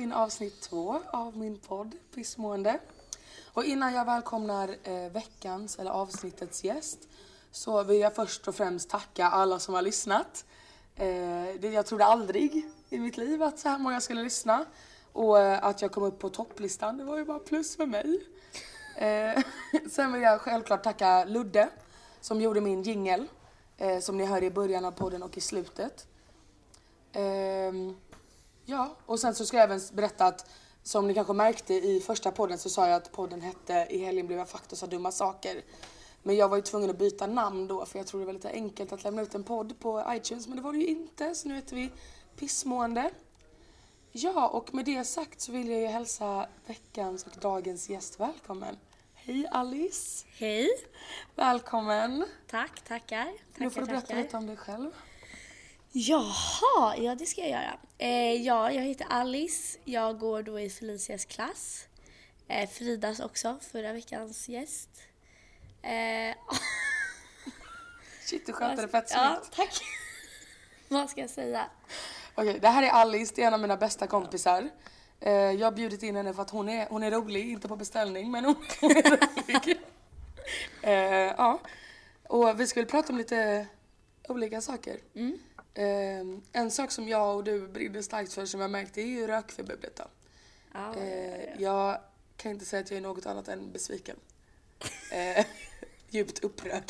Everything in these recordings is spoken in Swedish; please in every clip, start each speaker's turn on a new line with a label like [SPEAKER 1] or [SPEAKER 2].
[SPEAKER 1] in avsnitt två av min podd Pissmående. Och innan jag välkomnar eh, veckans eller avsnittets gäst så vill jag först och främst tacka alla som har lyssnat. Eh, det, jag trodde aldrig i mitt liv att så här många skulle lyssna och eh, att jag kom upp på topplistan, det var ju bara plus för mig. Eh, sen vill jag självklart tacka Ludde som gjorde min jingel eh, som ni hör i början av podden och i slutet. Ehm, ja, och sen så ska jag även berätta att som ni kanske märkte i första podden så sa jag att podden hette I helgen blev jag fakt och sa dumma saker. Men jag var ju tvungen att byta namn då för jag trodde det var lite enkelt att lämna ut en podd på iTunes men det var det ju inte så nu heter vi Pissmående. Ja, och med det sagt så vill jag ju hälsa veckans och dagens gäst välkommen. Hej Alice!
[SPEAKER 2] Hej!
[SPEAKER 1] Välkommen!
[SPEAKER 2] Tack, tackar.
[SPEAKER 1] nu får du
[SPEAKER 2] Tackar,
[SPEAKER 1] berätta
[SPEAKER 2] tackar.
[SPEAKER 1] lite om dig själv.
[SPEAKER 2] Jaha, ja det ska jag göra. Eh, ja, jag heter Alice. Jag går då i Felicias klass. Eh, Fridas också, förra veckans gäst. Eh,
[SPEAKER 1] Shit, du skötte det fett
[SPEAKER 2] Ja,
[SPEAKER 1] snyggt.
[SPEAKER 2] tack. Vad ska jag säga?
[SPEAKER 1] Okej, det här är Alice, det är en av mina bästa kompisar. Eh, Jag har bjudit in henne för att hon är, hon är rolig, inte på beställning men hon hon är rolig. Eh, Ja. Och vi ska väl prata om lite olika saker.
[SPEAKER 2] Mm.
[SPEAKER 1] Eh, En sak som jag och du brinner starkt för som jag märkte är ju rökförbudet då.
[SPEAKER 2] Ja,
[SPEAKER 1] Eh, Jag kan inte säga att jag är något annat än besviken. Eh, Djupt upprörd.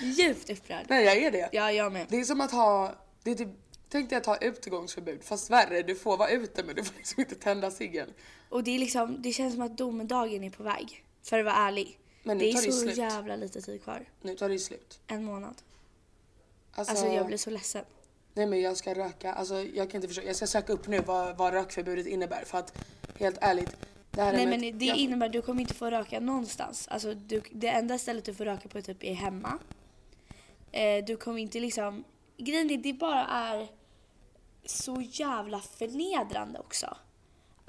[SPEAKER 2] Djupt upprörd.
[SPEAKER 1] Nej jag är det.
[SPEAKER 2] Ja, jag med.
[SPEAKER 1] Det är som att ha, det är typ, tänk dig att ha utegångsförbud fast värre, du får vara ute men du får liksom inte tända ciggen.
[SPEAKER 2] Och det, är liksom, det känns som att domedagen är på väg. För att vara ärlig.
[SPEAKER 1] Men nu
[SPEAKER 2] det är
[SPEAKER 1] tar det
[SPEAKER 2] så
[SPEAKER 1] slut.
[SPEAKER 2] jävla lite tid kvar.
[SPEAKER 1] Nu tar det ju slut.
[SPEAKER 2] En månad.
[SPEAKER 1] Alltså,
[SPEAKER 2] Alltså jag blir så ledsen.
[SPEAKER 1] Nej men jag ska röka, alltså jag kan inte försöka, jag ska söka upp nu vad, vad rökförbudet innebär för att helt ärligt, det här
[SPEAKER 2] Nej
[SPEAKER 1] är med-
[SPEAKER 2] men det
[SPEAKER 1] jag,
[SPEAKER 2] innebär att du kommer inte få röka någonstans. Alltså du, det enda stället du får röka på typ är hemma. Eh, du kommer inte liksom... Grejen är det bara är så jävla förnedrande också.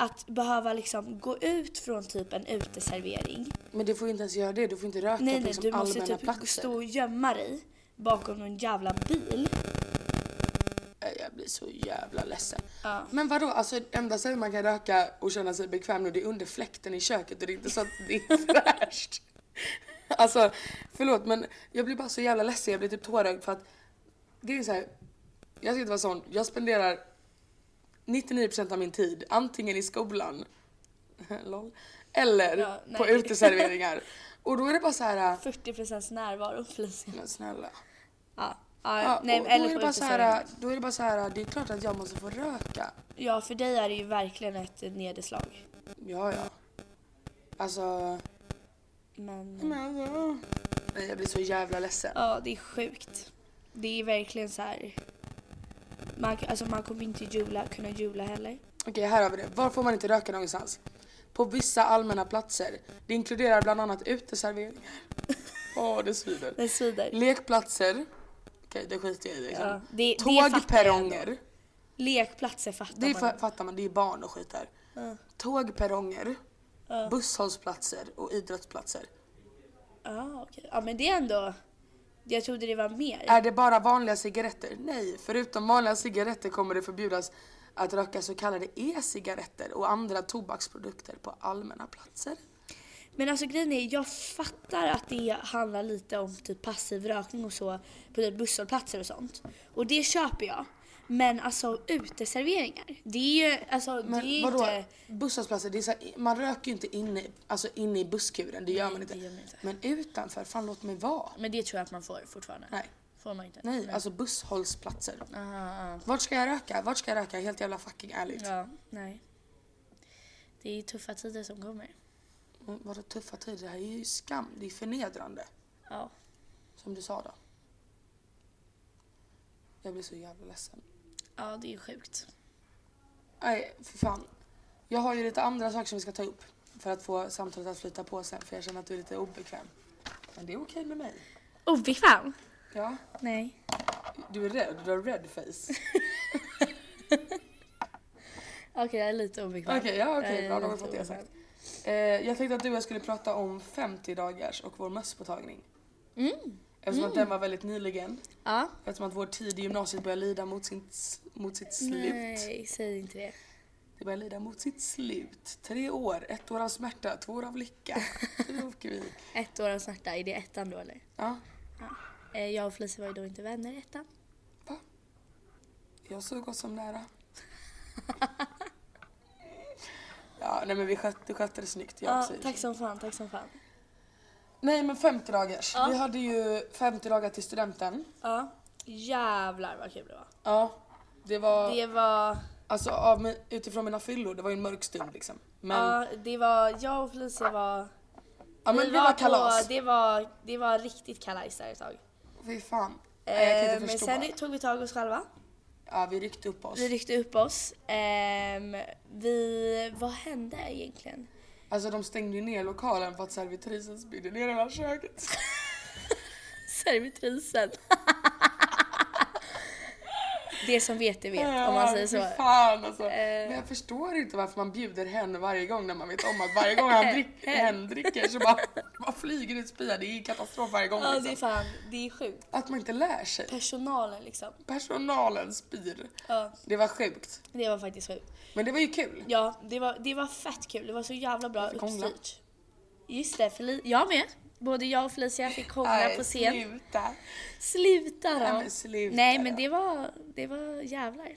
[SPEAKER 2] Att behöva liksom gå ut från typ en uteservering.
[SPEAKER 1] Men du får ju inte ens göra det, du får inte röka
[SPEAKER 2] Nej
[SPEAKER 1] på
[SPEAKER 2] nej,
[SPEAKER 1] liksom
[SPEAKER 2] du måste
[SPEAKER 1] allmänna
[SPEAKER 2] typ
[SPEAKER 1] platser.
[SPEAKER 2] stå och gömma dig bakom någon jävla bil.
[SPEAKER 1] Nej, Eh, Jag blir så jävla ledsen.
[SPEAKER 2] Ja.
[SPEAKER 1] Men vadå, alltså enda stället man kan röka och känna sig bekväm nu det är under fläkten i köket och det är inte så att det är fräscht. Alltså förlåt men jag blir bara så jävla ledsen, jag blir typ tårögd för att grejen är så här, jag ska inte vara sån, jag spenderar 99% av min tid antingen i skolan, lol, eller
[SPEAKER 2] Ja, nej.
[SPEAKER 1] på uteserveringar. Och då är det bara så här,
[SPEAKER 2] 40% närvaro Felicia.
[SPEAKER 1] men snälla.
[SPEAKER 2] Ja. Ja,
[SPEAKER 1] Ja,
[SPEAKER 2] nej,
[SPEAKER 1] och
[SPEAKER 2] eller
[SPEAKER 1] då, är det
[SPEAKER 2] på
[SPEAKER 1] bara så här,
[SPEAKER 2] uteserveringar.
[SPEAKER 1] då är det bara så här, det är klart att jag måste få röka.
[SPEAKER 2] Ja för dig är det ju verkligen ett nederslag.
[SPEAKER 1] Ja, ja. Alltså...
[SPEAKER 2] Men...
[SPEAKER 1] Men alltså... Nej, jag blir så jävla ledsen.
[SPEAKER 2] Ja, det är sjukt. Det är verkligen så här. Man, alltså man kommer inte jula, kunna jula heller.
[SPEAKER 1] Okej, här har vi det. Var får man inte röka någonstans? På vissa allmänna platser. Det inkluderar bland annat uteserveringar. Åh, det svider.
[SPEAKER 2] Det svider.
[SPEAKER 1] Lekplatser. Okej, det skiter jag i. Liksom.
[SPEAKER 2] Ja, det, det fattar jag ändå.
[SPEAKER 1] Tågperronger.
[SPEAKER 2] Lekplatser fattar
[SPEAKER 1] Det
[SPEAKER 2] man.
[SPEAKER 1] fa- fattar man, det är barn och skit där.
[SPEAKER 2] Ja.
[SPEAKER 1] Tågperronger.
[SPEAKER 2] Ja.
[SPEAKER 1] Busshållplatser och idrottsplatser.
[SPEAKER 2] Ja, okej. Ja, men det är ändå. Jag trodde det var mer.
[SPEAKER 1] Är det bara vanliga cigaretter? Nej, förutom vanliga cigaretter kommer det förbjudas att röka så kallade e-cigaretter och andra tobaksprodukter på allmänna platser.
[SPEAKER 2] Men alltså grejen är, jag fattar att det handlar lite om typ passiv rökning och så på typ busshållplatser och sånt. Och det köper jag. Men alltså uteserveringar. Det är ju, alltså det är
[SPEAKER 1] Men
[SPEAKER 2] ju
[SPEAKER 1] vadå?
[SPEAKER 2] inte.
[SPEAKER 1] Busshållplatser, det är så här, man röker ju inte inne, alltså inne i busskuren, det gör, man inte.
[SPEAKER 2] det gör man inte.
[SPEAKER 1] Men utanför, fan låt mig vara.
[SPEAKER 2] Men det tror jag att man får fortfarande.
[SPEAKER 1] Nej,
[SPEAKER 2] Får man inte? Ah,
[SPEAKER 1] nej, alltså busshållplatser.
[SPEAKER 2] Aha, aha.
[SPEAKER 1] Vart ska jag röka? Vart ska jag röka? Helt jävla fucking ärligt.
[SPEAKER 2] Ja, nej. Det är ju tuffa tider som kommer.
[SPEAKER 1] Men Vadå tuffa tider? Det här är ju skam, det är förnedrande.
[SPEAKER 2] Ja.
[SPEAKER 1] Som du sa då. Jag blir så jävla ledsen.
[SPEAKER 2] Ja, det är ju sjukt.
[SPEAKER 1] Nej, för fan. Jag har ju lite andra saker som vi ska ta upp för att få samtalet att flyta på sen för jag känner att du är lite obekväm. Men det är okej med mig.
[SPEAKER 2] Obekväm?
[SPEAKER 1] Ja,
[SPEAKER 2] Nej.
[SPEAKER 1] du är rädd. Du har red face.
[SPEAKER 2] Okej, jag är lite obekväm.
[SPEAKER 1] Okej, ja okej,
[SPEAKER 2] Jag
[SPEAKER 1] bra
[SPEAKER 2] är
[SPEAKER 1] då har vi
[SPEAKER 2] lite
[SPEAKER 1] fått det
[SPEAKER 2] obekväm.
[SPEAKER 1] sagt. Eh, jag tänkte att du och jag skulle prata om 50 dagars och vår mösspåtagning. Eftersom att den var väldigt nyligen.
[SPEAKER 2] Ja.
[SPEAKER 1] Eftersom att vår tid i gymnasiet börjar lida mot, sin, mot sitt slut.
[SPEAKER 2] Nej, säg inte det.
[SPEAKER 1] Det börjar lida mot sitt slut. Tre år, ett år av smärta, två år av lycka. Hur åker vi?
[SPEAKER 2] Ett år av smärta, är det ettan då eller?
[SPEAKER 1] Ja,
[SPEAKER 2] Ja. Eh, Jag och Felicia var ju då inte vänner i ettan.
[SPEAKER 1] va? Jag så gott som nära. Ja, nej men vi skötte, du skötte det snyggt, jag
[SPEAKER 2] Ja,
[SPEAKER 1] också.
[SPEAKER 2] tack som fan, tack som fan.
[SPEAKER 1] Nej men 50 dagars.
[SPEAKER 2] Ja.
[SPEAKER 1] Vi hade ju 50 dagar till studenten.
[SPEAKER 2] Ja. Jävlar vad kul det var.
[SPEAKER 1] Ja. Det var,
[SPEAKER 2] Det var,
[SPEAKER 1] alltså av, min- utifrån mina fyllor, det var ju en mörk stund liksom. Men, ja,
[SPEAKER 2] ja, det var, jag och Felicia var,
[SPEAKER 1] men det var kalas.
[SPEAKER 2] På, det, var, det var riktigt kalas där ett tag.
[SPEAKER 1] Fy fan. Nej, jag kan
[SPEAKER 2] Eh,
[SPEAKER 1] inte
[SPEAKER 2] men
[SPEAKER 1] förstå.
[SPEAKER 2] sen tog vi tag i oss själva.
[SPEAKER 1] Ja, vi ryckte upp oss.
[SPEAKER 2] Vi ryckte upp oss. Ehm, vi, vad hände egentligen?
[SPEAKER 1] Alltså de stängde ju ner lokalen för att servitrisen spydde ner hela köket.
[SPEAKER 2] Servitrisen. det som vet det vet om man
[SPEAKER 1] Ja,
[SPEAKER 2] säger så.
[SPEAKER 1] fy Fan alltså.
[SPEAKER 2] Eh.
[SPEAKER 1] Men jag förstår inte varför man bjuder henne varje gång när man vet om att varje gång han drick, hen dricker så bara, bara flyger ut spya. Det är ju katastrof varje gång
[SPEAKER 2] Ja det är
[SPEAKER 1] liksom.
[SPEAKER 2] fan, det är sjukt.
[SPEAKER 1] Att man inte lär sig.
[SPEAKER 2] Personalen liksom.
[SPEAKER 1] Personalen spyr.
[SPEAKER 2] Ja,
[SPEAKER 1] Det var sjukt.
[SPEAKER 2] det var faktiskt sjukt.
[SPEAKER 1] Men det var ju kul.
[SPEAKER 2] Ja, det var, det var fett kul. Det var så jävla bra
[SPEAKER 1] fick hångla.
[SPEAKER 2] uppstyrt. Just det, Feli- jag med. Både jag och Felicia fick hångla
[SPEAKER 1] Nej,
[SPEAKER 2] på scen.
[SPEAKER 1] Sluta.
[SPEAKER 2] Sluta då!
[SPEAKER 1] Nej, men sluta
[SPEAKER 2] Nej men
[SPEAKER 1] då.
[SPEAKER 2] det var, det var jävlar.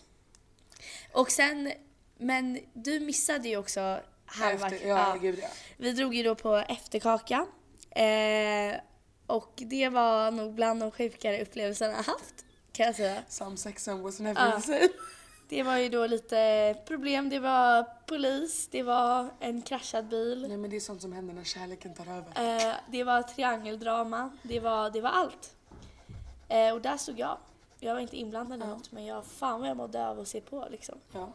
[SPEAKER 2] Och sen, men du missade ju också halva...
[SPEAKER 1] Efter, ja, gud ja.
[SPEAKER 2] Vi drog ju då på efterkaka. Eh, och det var nog bland de sjukare upplevelserna jag haft, kan jag säga.
[SPEAKER 1] Some sex and was never
[SPEAKER 2] Ja.
[SPEAKER 1] the same.
[SPEAKER 2] Det var ju då lite problem, det var polis, det var en kraschad bil.
[SPEAKER 1] Nej men det är sånt som händer när kärleken tar över.
[SPEAKER 2] Eh, det var triangeldrama, det var, det var allt. Eh, och där stod jag. Jag var inte inblandad i något men jag, fan vad jag mådde av att se på liksom.
[SPEAKER 1] Ja.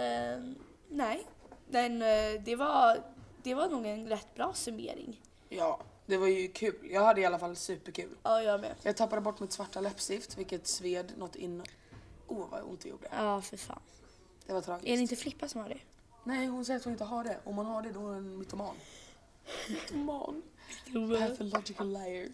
[SPEAKER 2] Eh, nej, men eh, det, var, det var nog en rätt bra summering.
[SPEAKER 1] ja, det var ju kul. Jag hade i alla fall superkul.
[SPEAKER 2] Ja, jag med.
[SPEAKER 1] Jag tappade bort mitt svarta läppstift vilket sved något in... Åh vad ont det gjorde.
[SPEAKER 2] Ja, för fan.
[SPEAKER 1] Det var
[SPEAKER 2] Är det
[SPEAKER 1] tragiskt.
[SPEAKER 2] inte Flippa som har det?
[SPEAKER 1] Nej hon säger att hon inte har det. Om hon har det då är hon en mytoman. Mytoman. Pathological liar.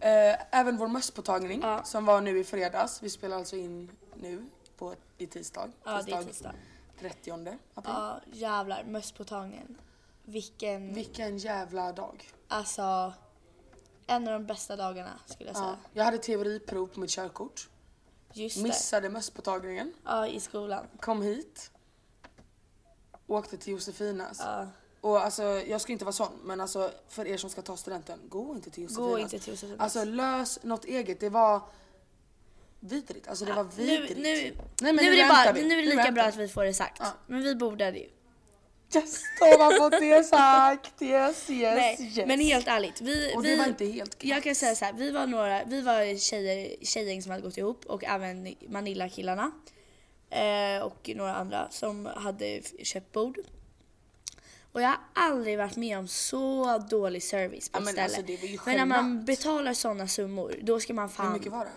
[SPEAKER 1] Eh, även vår mösspåtagning
[SPEAKER 2] Ja.
[SPEAKER 1] som var nu i fredags. Vi spelar alltså in nu på, i tisdag.
[SPEAKER 2] Ja, det är tisdag.
[SPEAKER 1] 30 april.
[SPEAKER 2] Ja, jävlar. Mösspåtagningen. Vilken...
[SPEAKER 1] Vilken jävla dag.
[SPEAKER 2] Alltså, en av de bästa dagarna skulle jag
[SPEAKER 1] Ja.
[SPEAKER 2] säga.
[SPEAKER 1] Jag hade teoriprov på mitt körkort.
[SPEAKER 2] Just det.
[SPEAKER 1] Missade mösspåtagningen.
[SPEAKER 2] Ja, i skolan.
[SPEAKER 1] Kom hit. Åkte till Josefinas.
[SPEAKER 2] Ja.
[SPEAKER 1] Och alltså, jag ska inte vara sån, men alltså för er som ska ta studenten, gå inte till Josefinas.
[SPEAKER 2] Gå inte till Josefinas.
[SPEAKER 1] Alltså lös något eget. Det var vidrigt. Alltså det var
[SPEAKER 2] Nu,
[SPEAKER 1] vidrigt.
[SPEAKER 2] nu,
[SPEAKER 1] Nej, men
[SPEAKER 2] nu, är det
[SPEAKER 1] väntar
[SPEAKER 2] bara,
[SPEAKER 1] vi.
[SPEAKER 2] nu är det lika
[SPEAKER 1] väntar
[SPEAKER 2] bra
[SPEAKER 1] vi.
[SPEAKER 2] att vi får det sagt.
[SPEAKER 1] Ja.
[SPEAKER 2] Men vi borde det ju.
[SPEAKER 1] Yes, då man fått det sagt. Yes, yes,
[SPEAKER 2] Nej,
[SPEAKER 1] yes.
[SPEAKER 2] men helt ärligt. Vi,
[SPEAKER 1] Och det
[SPEAKER 2] vi,
[SPEAKER 1] var inte helt
[SPEAKER 2] Jag kan säga så här, vi var några, vi var tjejer, tjejgäng som hade gått ihop och även Manilla-killarna. Eh, och några andra som hade f- köpt bord. Och jag har aldrig varit med om så dålig service på
[SPEAKER 1] Ja,
[SPEAKER 2] ett
[SPEAKER 1] men
[SPEAKER 2] ställe.
[SPEAKER 1] alltså, det var ju
[SPEAKER 2] men när man
[SPEAKER 1] genant.
[SPEAKER 2] betalar sådana summor, då ska man fan...
[SPEAKER 1] Hur mycket var det?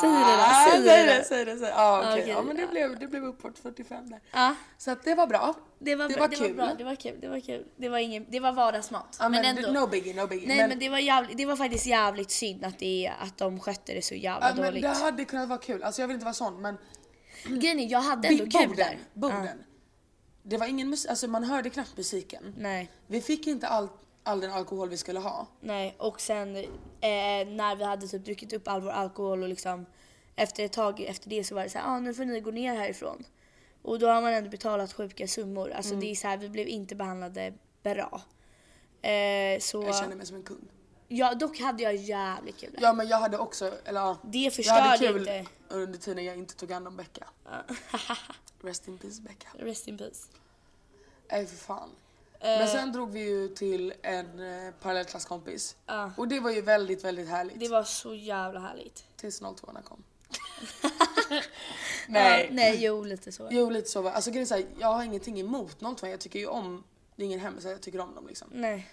[SPEAKER 2] Säg det
[SPEAKER 1] Ah,
[SPEAKER 2] då, säg det då.
[SPEAKER 1] säg det, säg det. Ah, okej.
[SPEAKER 2] okej,
[SPEAKER 1] Ja men det
[SPEAKER 2] ja.
[SPEAKER 1] blev, det blev uppåt 45 där.
[SPEAKER 2] Ja,
[SPEAKER 1] Så att det var bra.
[SPEAKER 2] det var,
[SPEAKER 1] Det
[SPEAKER 2] bra,
[SPEAKER 1] var
[SPEAKER 2] det var
[SPEAKER 1] kul.
[SPEAKER 2] bra, det var kul, det var kul. Det var, ingen, det var vardagsmat.
[SPEAKER 1] Ja, men,
[SPEAKER 2] men ändå.
[SPEAKER 1] No biggie, no biggie.
[SPEAKER 2] Nej men, det, var jävligt, det var faktiskt jävligt synd att, det, att de skötte det så jävla
[SPEAKER 1] ja, men
[SPEAKER 2] dåligt.
[SPEAKER 1] det hade kunnat vara kul. Alltså jag vill inte vara sån men
[SPEAKER 2] Grejen är, jag hade ändå
[SPEAKER 1] Bi-
[SPEAKER 2] kul
[SPEAKER 1] borden,
[SPEAKER 2] där.
[SPEAKER 1] Borden.
[SPEAKER 2] Ja,
[SPEAKER 1] Det var ingen musik, alltså man hörde knappt musiken.
[SPEAKER 2] nej,
[SPEAKER 1] Vi fick inte all, all den alkohol vi skulle ha.
[SPEAKER 2] nej. Och sen eh, när vi hade typ druckit upp all vår alkohol och liksom efter ett tag efter det så var det så här, ah, nu får ni gå ner härifrån. Och då har man ändå betalat sjuka summor. Alltså
[SPEAKER 1] Mm.
[SPEAKER 2] det är så här, vi blev inte behandlade bra. Eh, så,
[SPEAKER 1] Jag kände mig som en kung.
[SPEAKER 2] ja, dock hade jag jävligt kul. där.
[SPEAKER 1] Ja men jag hade också, eller ja.
[SPEAKER 2] Det
[SPEAKER 1] Jag hade
[SPEAKER 2] förstörde
[SPEAKER 1] kul
[SPEAKER 2] inte.
[SPEAKER 1] under tiden jag inte tog hand om Becka. Rest in peace Becka.
[SPEAKER 2] Rest in peace.
[SPEAKER 1] Nej för fan.
[SPEAKER 2] Eh.
[SPEAKER 1] Men sen drog vi ju till en eh, parallellklasskompis.
[SPEAKER 2] Ja.
[SPEAKER 1] Och det var ju väldigt, väldigt härligt.
[SPEAKER 2] Det var så jävla härligt.
[SPEAKER 1] Tills 02 kom.
[SPEAKER 2] Ja, nej, jo lite så.
[SPEAKER 1] Jo lite så. va. Alltså grejen är så här, jag har ingenting emot någon tvåa. Jag tycker ju om, det är ingen hemlis, jag tycker om dem liksom.
[SPEAKER 2] Nej.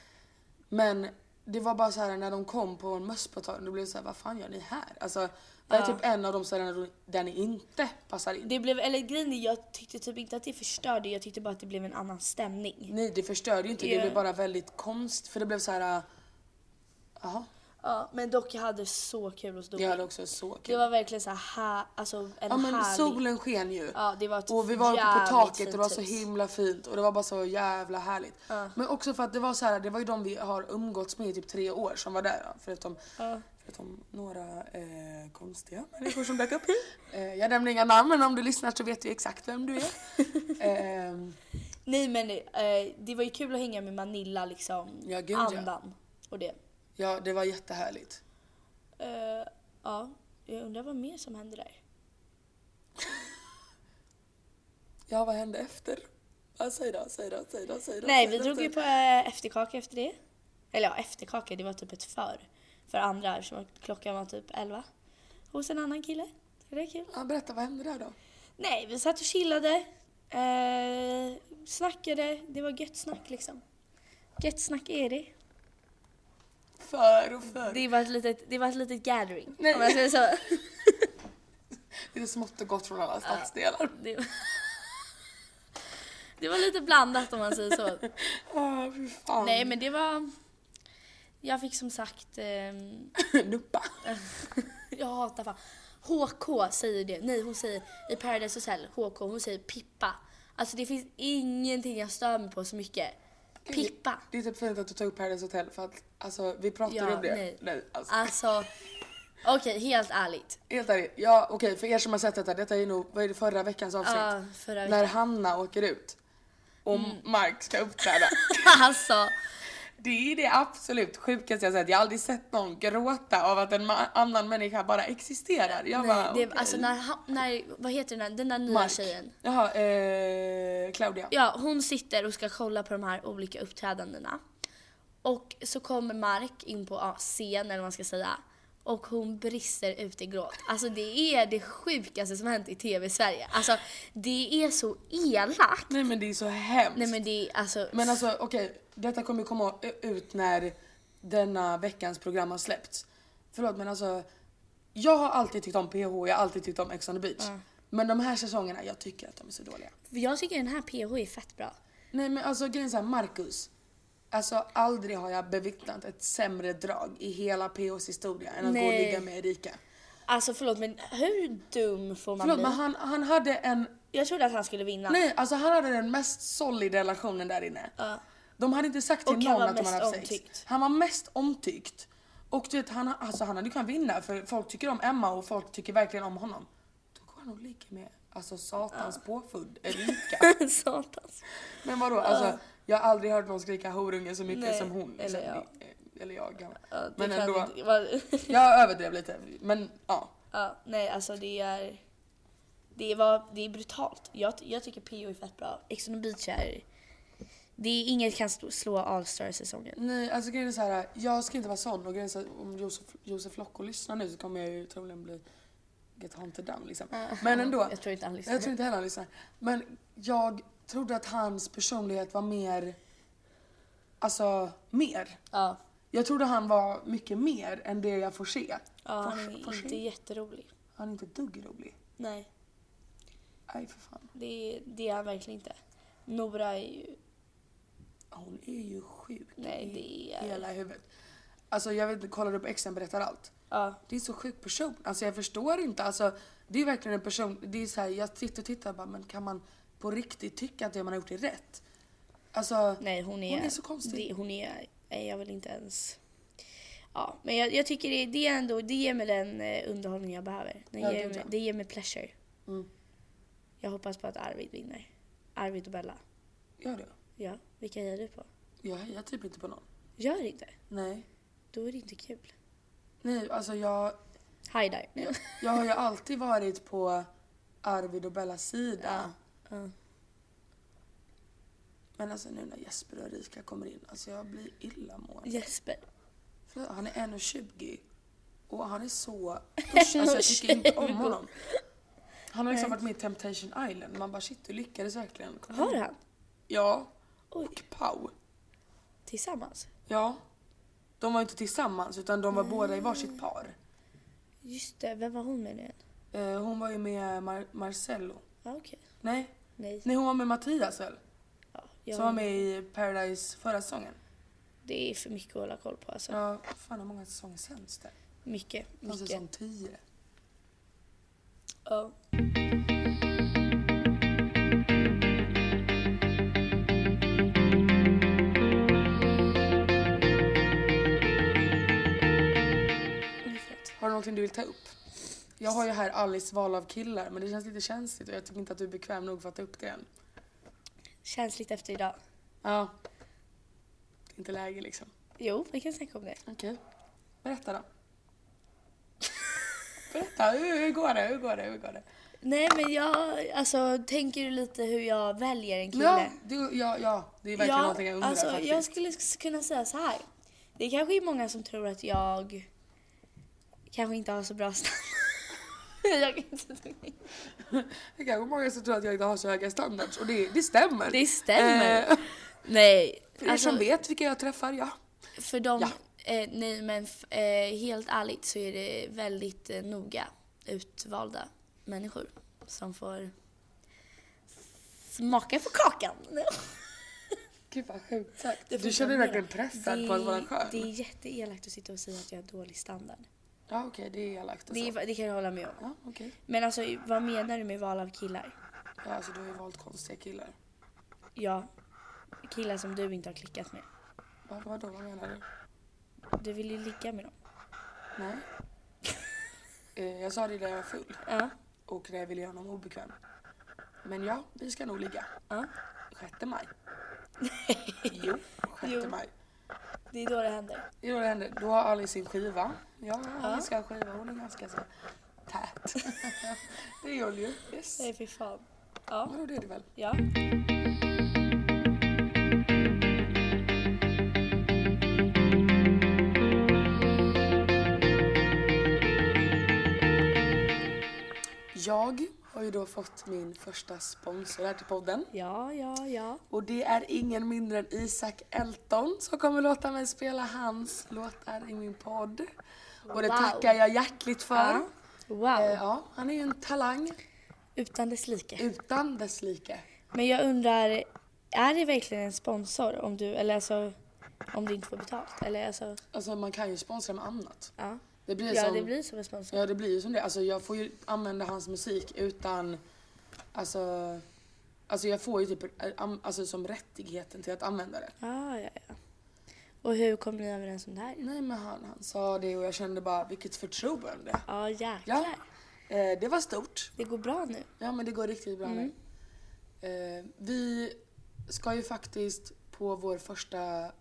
[SPEAKER 1] Men det var bara så här när de kom på en mösspåtagning, då blev det så här, vad fan gör ni här? Alltså det är typ en av de ställena där ni inte passar in.
[SPEAKER 2] Det blev, eller grejen är, jag tyckte typ inte att det förstörde, jag tyckte bara att det blev en annan stämning.
[SPEAKER 1] Nej det förstörde ju inte, det
[SPEAKER 2] Ja.
[SPEAKER 1] blev bara väldigt konst för det blev så här. äh, Jaha.
[SPEAKER 2] Ja, men dock jag hade så kul hos
[SPEAKER 1] Jag hade
[SPEAKER 2] doping.
[SPEAKER 1] också så kul.
[SPEAKER 2] Det var verkligen så här, här alltså en
[SPEAKER 1] ja men
[SPEAKER 2] härlig...
[SPEAKER 1] solen sken ju.
[SPEAKER 2] Ja, det var ett
[SPEAKER 1] Och vi var uppe på
[SPEAKER 2] jävligt
[SPEAKER 1] taket och
[SPEAKER 2] fint
[SPEAKER 1] det var så
[SPEAKER 2] hus.
[SPEAKER 1] himla fint och det var bara så jävla härligt.
[SPEAKER 2] Ja.
[SPEAKER 1] Men också för att det var så här, det var ju de vi har umgåtts med i typ tre år som var där. ja, Förutom,
[SPEAKER 2] Ja.
[SPEAKER 1] förutom några eh, konstiga människor som dök upp. eh, jag nämner inga namn men om du lyssnar så vet du exakt vem du är. Ehm,
[SPEAKER 2] Nej men eh, det var ju kul att hänga med Manilla liksom.
[SPEAKER 1] Ja, gud, ja.
[SPEAKER 2] Andan och det.
[SPEAKER 1] ja det var jättehärligt.
[SPEAKER 2] Eh, ja, jag undrar vad mer som hände där.
[SPEAKER 1] Ja vad hände efter? Ja, säg då, säg då, säg då, säg då.
[SPEAKER 2] Nej,
[SPEAKER 1] säg
[SPEAKER 2] vi
[SPEAKER 1] då,
[SPEAKER 2] drog
[SPEAKER 1] säg
[SPEAKER 2] ju
[SPEAKER 1] då.
[SPEAKER 2] på eh, efterkaka efter det. Eller ja, efterkaka, det var typ ett för. För andra som var, klockan var typ 11. Hos en annan kille. Så Det är kul.
[SPEAKER 1] Ja, berätta vad hände där då?
[SPEAKER 2] Nej, vi satt och chillade. Eh, snackade. Det var gött snack liksom. Gött snack är det.
[SPEAKER 1] För och för.
[SPEAKER 2] Det var ett litet, det var ett litet gathering.
[SPEAKER 1] Nej.
[SPEAKER 2] Om jag säger så.
[SPEAKER 1] Det är smått och gott från alla stadsdelar.
[SPEAKER 2] Det var, det var lite blandat om man säger så.
[SPEAKER 1] Ja, fy fan.
[SPEAKER 2] Nej, men det var... Jag fick som sagt... ehm,
[SPEAKER 1] Nuppa.
[SPEAKER 2] Jag hatar fan. HK säger det. Nej, hon säger i Paradise Hotel, HK, hon säger Pippa. Alltså det finns ingenting jag stör mig på så mycket. Pippa.
[SPEAKER 1] Det är typ fint att du tog upp Paradise Hotel för att alltså, vi pratade
[SPEAKER 2] Ja,
[SPEAKER 1] om det.
[SPEAKER 2] nej.
[SPEAKER 1] alltså.
[SPEAKER 2] Alltså, okej, helt ärligt.
[SPEAKER 1] Helt ärligt, ja okej för er som har sett detta, detta är nog, vad är det förra veckans avsnitt?
[SPEAKER 2] Ja, Mm. förra
[SPEAKER 1] När
[SPEAKER 2] veckan.
[SPEAKER 1] Hanna åker ut och Mark ska uppträda.
[SPEAKER 2] Alltså,
[SPEAKER 1] det är det absolut sjukaste jag sett. Jag har aldrig sett någon gråta av att en ma- annan människa bara existerar. Jag
[SPEAKER 2] nej,
[SPEAKER 1] bara,
[SPEAKER 2] det,
[SPEAKER 1] okej.
[SPEAKER 2] alltså när, han- när, vad heter den där, den där nya
[SPEAKER 1] Mark.
[SPEAKER 2] tjejen?
[SPEAKER 1] Jaha, eh, Claudia.
[SPEAKER 2] Ja, hon sitter och ska kolla på de här olika uppträdandena. Och så kommer Mark in på ja, scen, eller vad man ska säga. Och hon brister ut i gråt. Alltså det är det sjukaste som har hänt i TV i Sverige. Alltså det är så elakt.
[SPEAKER 1] Nej men det är så hemskt.
[SPEAKER 2] Nej men det är alltså...
[SPEAKER 1] Men alltså okej, detta kommer ju komma ut när denna veckans program har släppts. Förlåt men alltså, jag har alltid tyckt om PH, jag har alltid tyckt om Ex on the beach. Men de här säsongerna, jag tycker att de är så dåliga.
[SPEAKER 2] Jag tycker den här PH är fett bra.
[SPEAKER 1] Nej men alltså grejen är såhär, Marcus. Alltså aldrig har jag bevittnat ett sämre drag i hela PHs historia än att gå och
[SPEAKER 2] Nej.
[SPEAKER 1] ligga med Erika.
[SPEAKER 2] Alltså förlåt men hur dum får man
[SPEAKER 1] Förlåt
[SPEAKER 2] bli?
[SPEAKER 1] men han, han hade en,
[SPEAKER 2] Jag trodde att han skulle vinna.
[SPEAKER 1] nej alltså han hade den mest solid relationen där inne.
[SPEAKER 2] Ja.
[SPEAKER 1] De hade inte sagt till
[SPEAKER 2] Och han
[SPEAKER 1] någon
[SPEAKER 2] var
[SPEAKER 1] att de hade
[SPEAKER 2] mest
[SPEAKER 1] haft sex.
[SPEAKER 2] omtyckt.
[SPEAKER 1] Han var mest omtyckt. Och du vet, han, alltså, han hade ju kunnat vinna för folk tycker om Emma och folk tycker verkligen om honom. Då går han och ligger med alltså, satans påfund Erika.
[SPEAKER 2] Satans.
[SPEAKER 1] Men vadå, alltså, jag har aldrig hört någon skrika horunge så mycket
[SPEAKER 2] Nej,
[SPEAKER 1] som hon.
[SPEAKER 2] eller
[SPEAKER 1] Så
[SPEAKER 2] jag.
[SPEAKER 1] det- Eller jag. kan-
[SPEAKER 2] Ja, det
[SPEAKER 1] Men
[SPEAKER 2] kan
[SPEAKER 1] ändå,
[SPEAKER 2] inte vara-
[SPEAKER 1] jag överdrev lite. Men ja.
[SPEAKER 2] Ja, nej alltså det är... Det, var, det är brutalt. Jag, jag tycker PO är fett bra. Ex on the beach är... Det är inget kan stå- slå All-star-säsongen.
[SPEAKER 1] Nej, alltså grejen är så här. Jag ska inte vara sån och grejen är så här, om Josef, Josef Locko lyssnar nu så kommer jag ju troligen bli get haunted down liksom. Men ändå.
[SPEAKER 2] Jag tror inte han lyssnar.
[SPEAKER 1] Jag tror inte heller han lyssnar. Men jag trodde att hans personlighet var mer... Alltså, mer.
[SPEAKER 2] Ja.
[SPEAKER 1] Jag trodde han var mycket mer än det jag får se.
[SPEAKER 2] ja, han
[SPEAKER 1] Får- får
[SPEAKER 2] är
[SPEAKER 1] se.
[SPEAKER 2] inte jätterolig.
[SPEAKER 1] Han är inte ett dugg rolig.
[SPEAKER 2] Nej,
[SPEAKER 1] Nej, för fan.
[SPEAKER 2] det, det är han verkligen inte. Nora är ju...
[SPEAKER 1] Hon är ju sjuk
[SPEAKER 2] Nej,
[SPEAKER 1] i
[SPEAKER 2] det är-
[SPEAKER 1] hela huvudet. Alltså jag vet inte, kollar upp exen berättar allt.
[SPEAKER 2] Ja.
[SPEAKER 1] Det är en så sjuk person. Alltså jag förstår inte. Alltså, det är verkligen en person. Det är så här, jag sitter och tittar och bara, men kan man på riktigt tycka att det man har gjort är rätt? Alltså,
[SPEAKER 2] Nej, hon är...
[SPEAKER 1] Hon är så konstig.
[SPEAKER 2] Det, hon är... Nej, jag vill inte ens... Ja, men jag, jag tycker det, det är ändå... Det ger mig den eh, underhållning jag behöver. Den
[SPEAKER 1] Ja,
[SPEAKER 2] ger
[SPEAKER 1] gud,
[SPEAKER 2] mig,
[SPEAKER 1] ja.
[SPEAKER 2] det ger mig pleasure.
[SPEAKER 1] Mm.
[SPEAKER 2] Jag hoppas på att Arvid vinner. Arvid och Bella.
[SPEAKER 1] gör det.
[SPEAKER 2] Ja, vilka hejar du på?
[SPEAKER 1] Jag hejar typ inte på någon.
[SPEAKER 2] Gör inte.
[SPEAKER 1] Nej.
[SPEAKER 2] Då är det inte kul.
[SPEAKER 1] Nej, alltså jag,
[SPEAKER 2] Hi där. Ja.
[SPEAKER 1] jag har ju alltid varit på Arvid och Bellas sida.
[SPEAKER 2] Ja.
[SPEAKER 1] Men alltså nu när Jesper och Erika kommer in, alltså jag blir illamående.
[SPEAKER 2] Jesper.
[SPEAKER 1] För Han är 1,20 och han är så... Usch, alltså jag tycker inte om honom. Han har liksom varit med i Temptation Island. Man bara shit, du lyckades verkligen. Kom
[SPEAKER 2] Har
[SPEAKER 1] igen.
[SPEAKER 2] han?
[SPEAKER 1] Ja.
[SPEAKER 2] Oj.
[SPEAKER 1] Och Pau.
[SPEAKER 2] Tillsammans?
[SPEAKER 1] Ja. De var ju inte tillsammans utan de var båda i varsitt par.
[SPEAKER 2] Just det, vem var hon med nu igen?
[SPEAKER 1] Eh, hon var ju med Mar- Marcello.
[SPEAKER 2] Ja, okej.
[SPEAKER 1] Nej.
[SPEAKER 2] Nej.
[SPEAKER 1] Nej, hon var med Mattias väl?
[SPEAKER 2] Ja,
[SPEAKER 1] Som var med i Paradise förra säsongen.
[SPEAKER 2] Det är för mycket att hålla koll på alltså.
[SPEAKER 1] Ja, Alltså, fan hur många säsonger sänds det?
[SPEAKER 2] Mycket,
[SPEAKER 1] Från
[SPEAKER 2] mycket.
[SPEAKER 1] säsong 10?
[SPEAKER 2] Ja. Oj, förlåt.
[SPEAKER 1] Har du någonting du vill ta upp? Jag har ju här Alice val av killar men det känns lite känsligt och jag tycker inte att du är bekväm nog för att ta upp det än.
[SPEAKER 2] Känsligt efter idag.
[SPEAKER 1] Ja. Det är inte läge liksom.
[SPEAKER 2] Jo, vi kan snacka om det.
[SPEAKER 1] Okej. Berätta då. Berätta, hur, hur går det? Hur går det? Hur går det?
[SPEAKER 2] Nej men jag, alltså tänker du lite hur jag väljer en kille?
[SPEAKER 1] Ja, det, ja, ja, det är verkligen någonting jag undrar
[SPEAKER 2] alltså,
[SPEAKER 1] faktiskt.
[SPEAKER 2] Jag skulle s- kunna säga så här. Det kanske är många som tror att jag kanske inte har så bra standard. jag kan inte ta mig.
[SPEAKER 1] Det är kanske många som tror att jag inte har så höga standards och det, det stämmer.
[SPEAKER 2] Det stämmer.
[SPEAKER 1] Eh,
[SPEAKER 2] Nej, Alltså,
[SPEAKER 1] för er som vet vilka jag träffar, ja.
[SPEAKER 2] för dem,
[SPEAKER 1] Ja.
[SPEAKER 2] eh, nej men f- eh, helt ärligt så är det väldigt eh, noga utvalda människor som får smaka på kakan.
[SPEAKER 1] Gud vad sjukt sagt.
[SPEAKER 2] Det får
[SPEAKER 1] Du känner dig
[SPEAKER 2] jag
[SPEAKER 1] verkligen
[SPEAKER 2] mena.
[SPEAKER 1] pressad
[SPEAKER 2] Det-
[SPEAKER 1] på att vara skön?
[SPEAKER 2] Det är jätteelakt att sitta och säga att jag har dålig standard.
[SPEAKER 1] Ja okej, det är elakt och
[SPEAKER 2] Det,
[SPEAKER 1] så.
[SPEAKER 2] är, det kan jag hålla med om.
[SPEAKER 1] Ja okej.
[SPEAKER 2] Men alltså vad menar du med val av killar?
[SPEAKER 1] Ja, alltså du har ju valt konstiga killar.
[SPEAKER 2] Ja, killar som du inte har klickat med.
[SPEAKER 1] Vad, vadå, vad menar du?
[SPEAKER 2] Du vill ju ligga med dem.
[SPEAKER 1] Nej. Eh, jag sa det när jag var full
[SPEAKER 2] Ja,
[SPEAKER 1] och när jag ville göra honom obekväm. Men ja, vi ska nog ligga.
[SPEAKER 2] ja.
[SPEAKER 1] 6 maj. jo, 6
[SPEAKER 2] Jo.
[SPEAKER 1] maj.
[SPEAKER 2] Det är då det händer.
[SPEAKER 1] Det är då det händer. Då har Alice sin skiva. Ja, Alice ska ha skiva. Hon är ganska så tät. det är hon ju. Yes.
[SPEAKER 2] Nej fy fan. Ja,
[SPEAKER 1] Vadå, det är det väl?
[SPEAKER 2] ja.
[SPEAKER 1] Jag har ju då fått min första sponsor här till podden.
[SPEAKER 2] Ja, ja, ja.
[SPEAKER 1] Och det är ingen mindre än Isak Elton som kommer låta mig spela hans låtar i min podd. Och det
[SPEAKER 2] Wow.
[SPEAKER 1] tackar jag hjärtligt för.
[SPEAKER 2] Wow.
[SPEAKER 1] Eh, ja, han är ju en talang
[SPEAKER 2] Utan dess like.
[SPEAKER 1] utan dess like.
[SPEAKER 2] Men jag undrar, är det verkligen en sponsor om du, eller alltså om du inte får betalt? Eller alltså,
[SPEAKER 1] Alltså man kan ju sponsra med annat.
[SPEAKER 2] ja.
[SPEAKER 1] Det blir
[SPEAKER 2] Ja,
[SPEAKER 1] som,
[SPEAKER 2] det blir som en sponsor.
[SPEAKER 1] ja, det blir ju som det. Alltså jag får ju använda hans musik utan, alltså, alltså jag får ju typ, eh, am- alltså som rättigheten till att använda det.
[SPEAKER 2] Ja, ja, ja. Och hur kom ni överens om det här?
[SPEAKER 1] Nej men han, han sa det och jag kände bara vilket förtroende.
[SPEAKER 2] Ja, jäklar.
[SPEAKER 1] Ja, eh, det var stort.
[SPEAKER 2] Det går bra nu.
[SPEAKER 1] Ja men det går riktigt
[SPEAKER 2] Mm.
[SPEAKER 1] bra nu. Eh, vi ska ju faktiskt på vår första,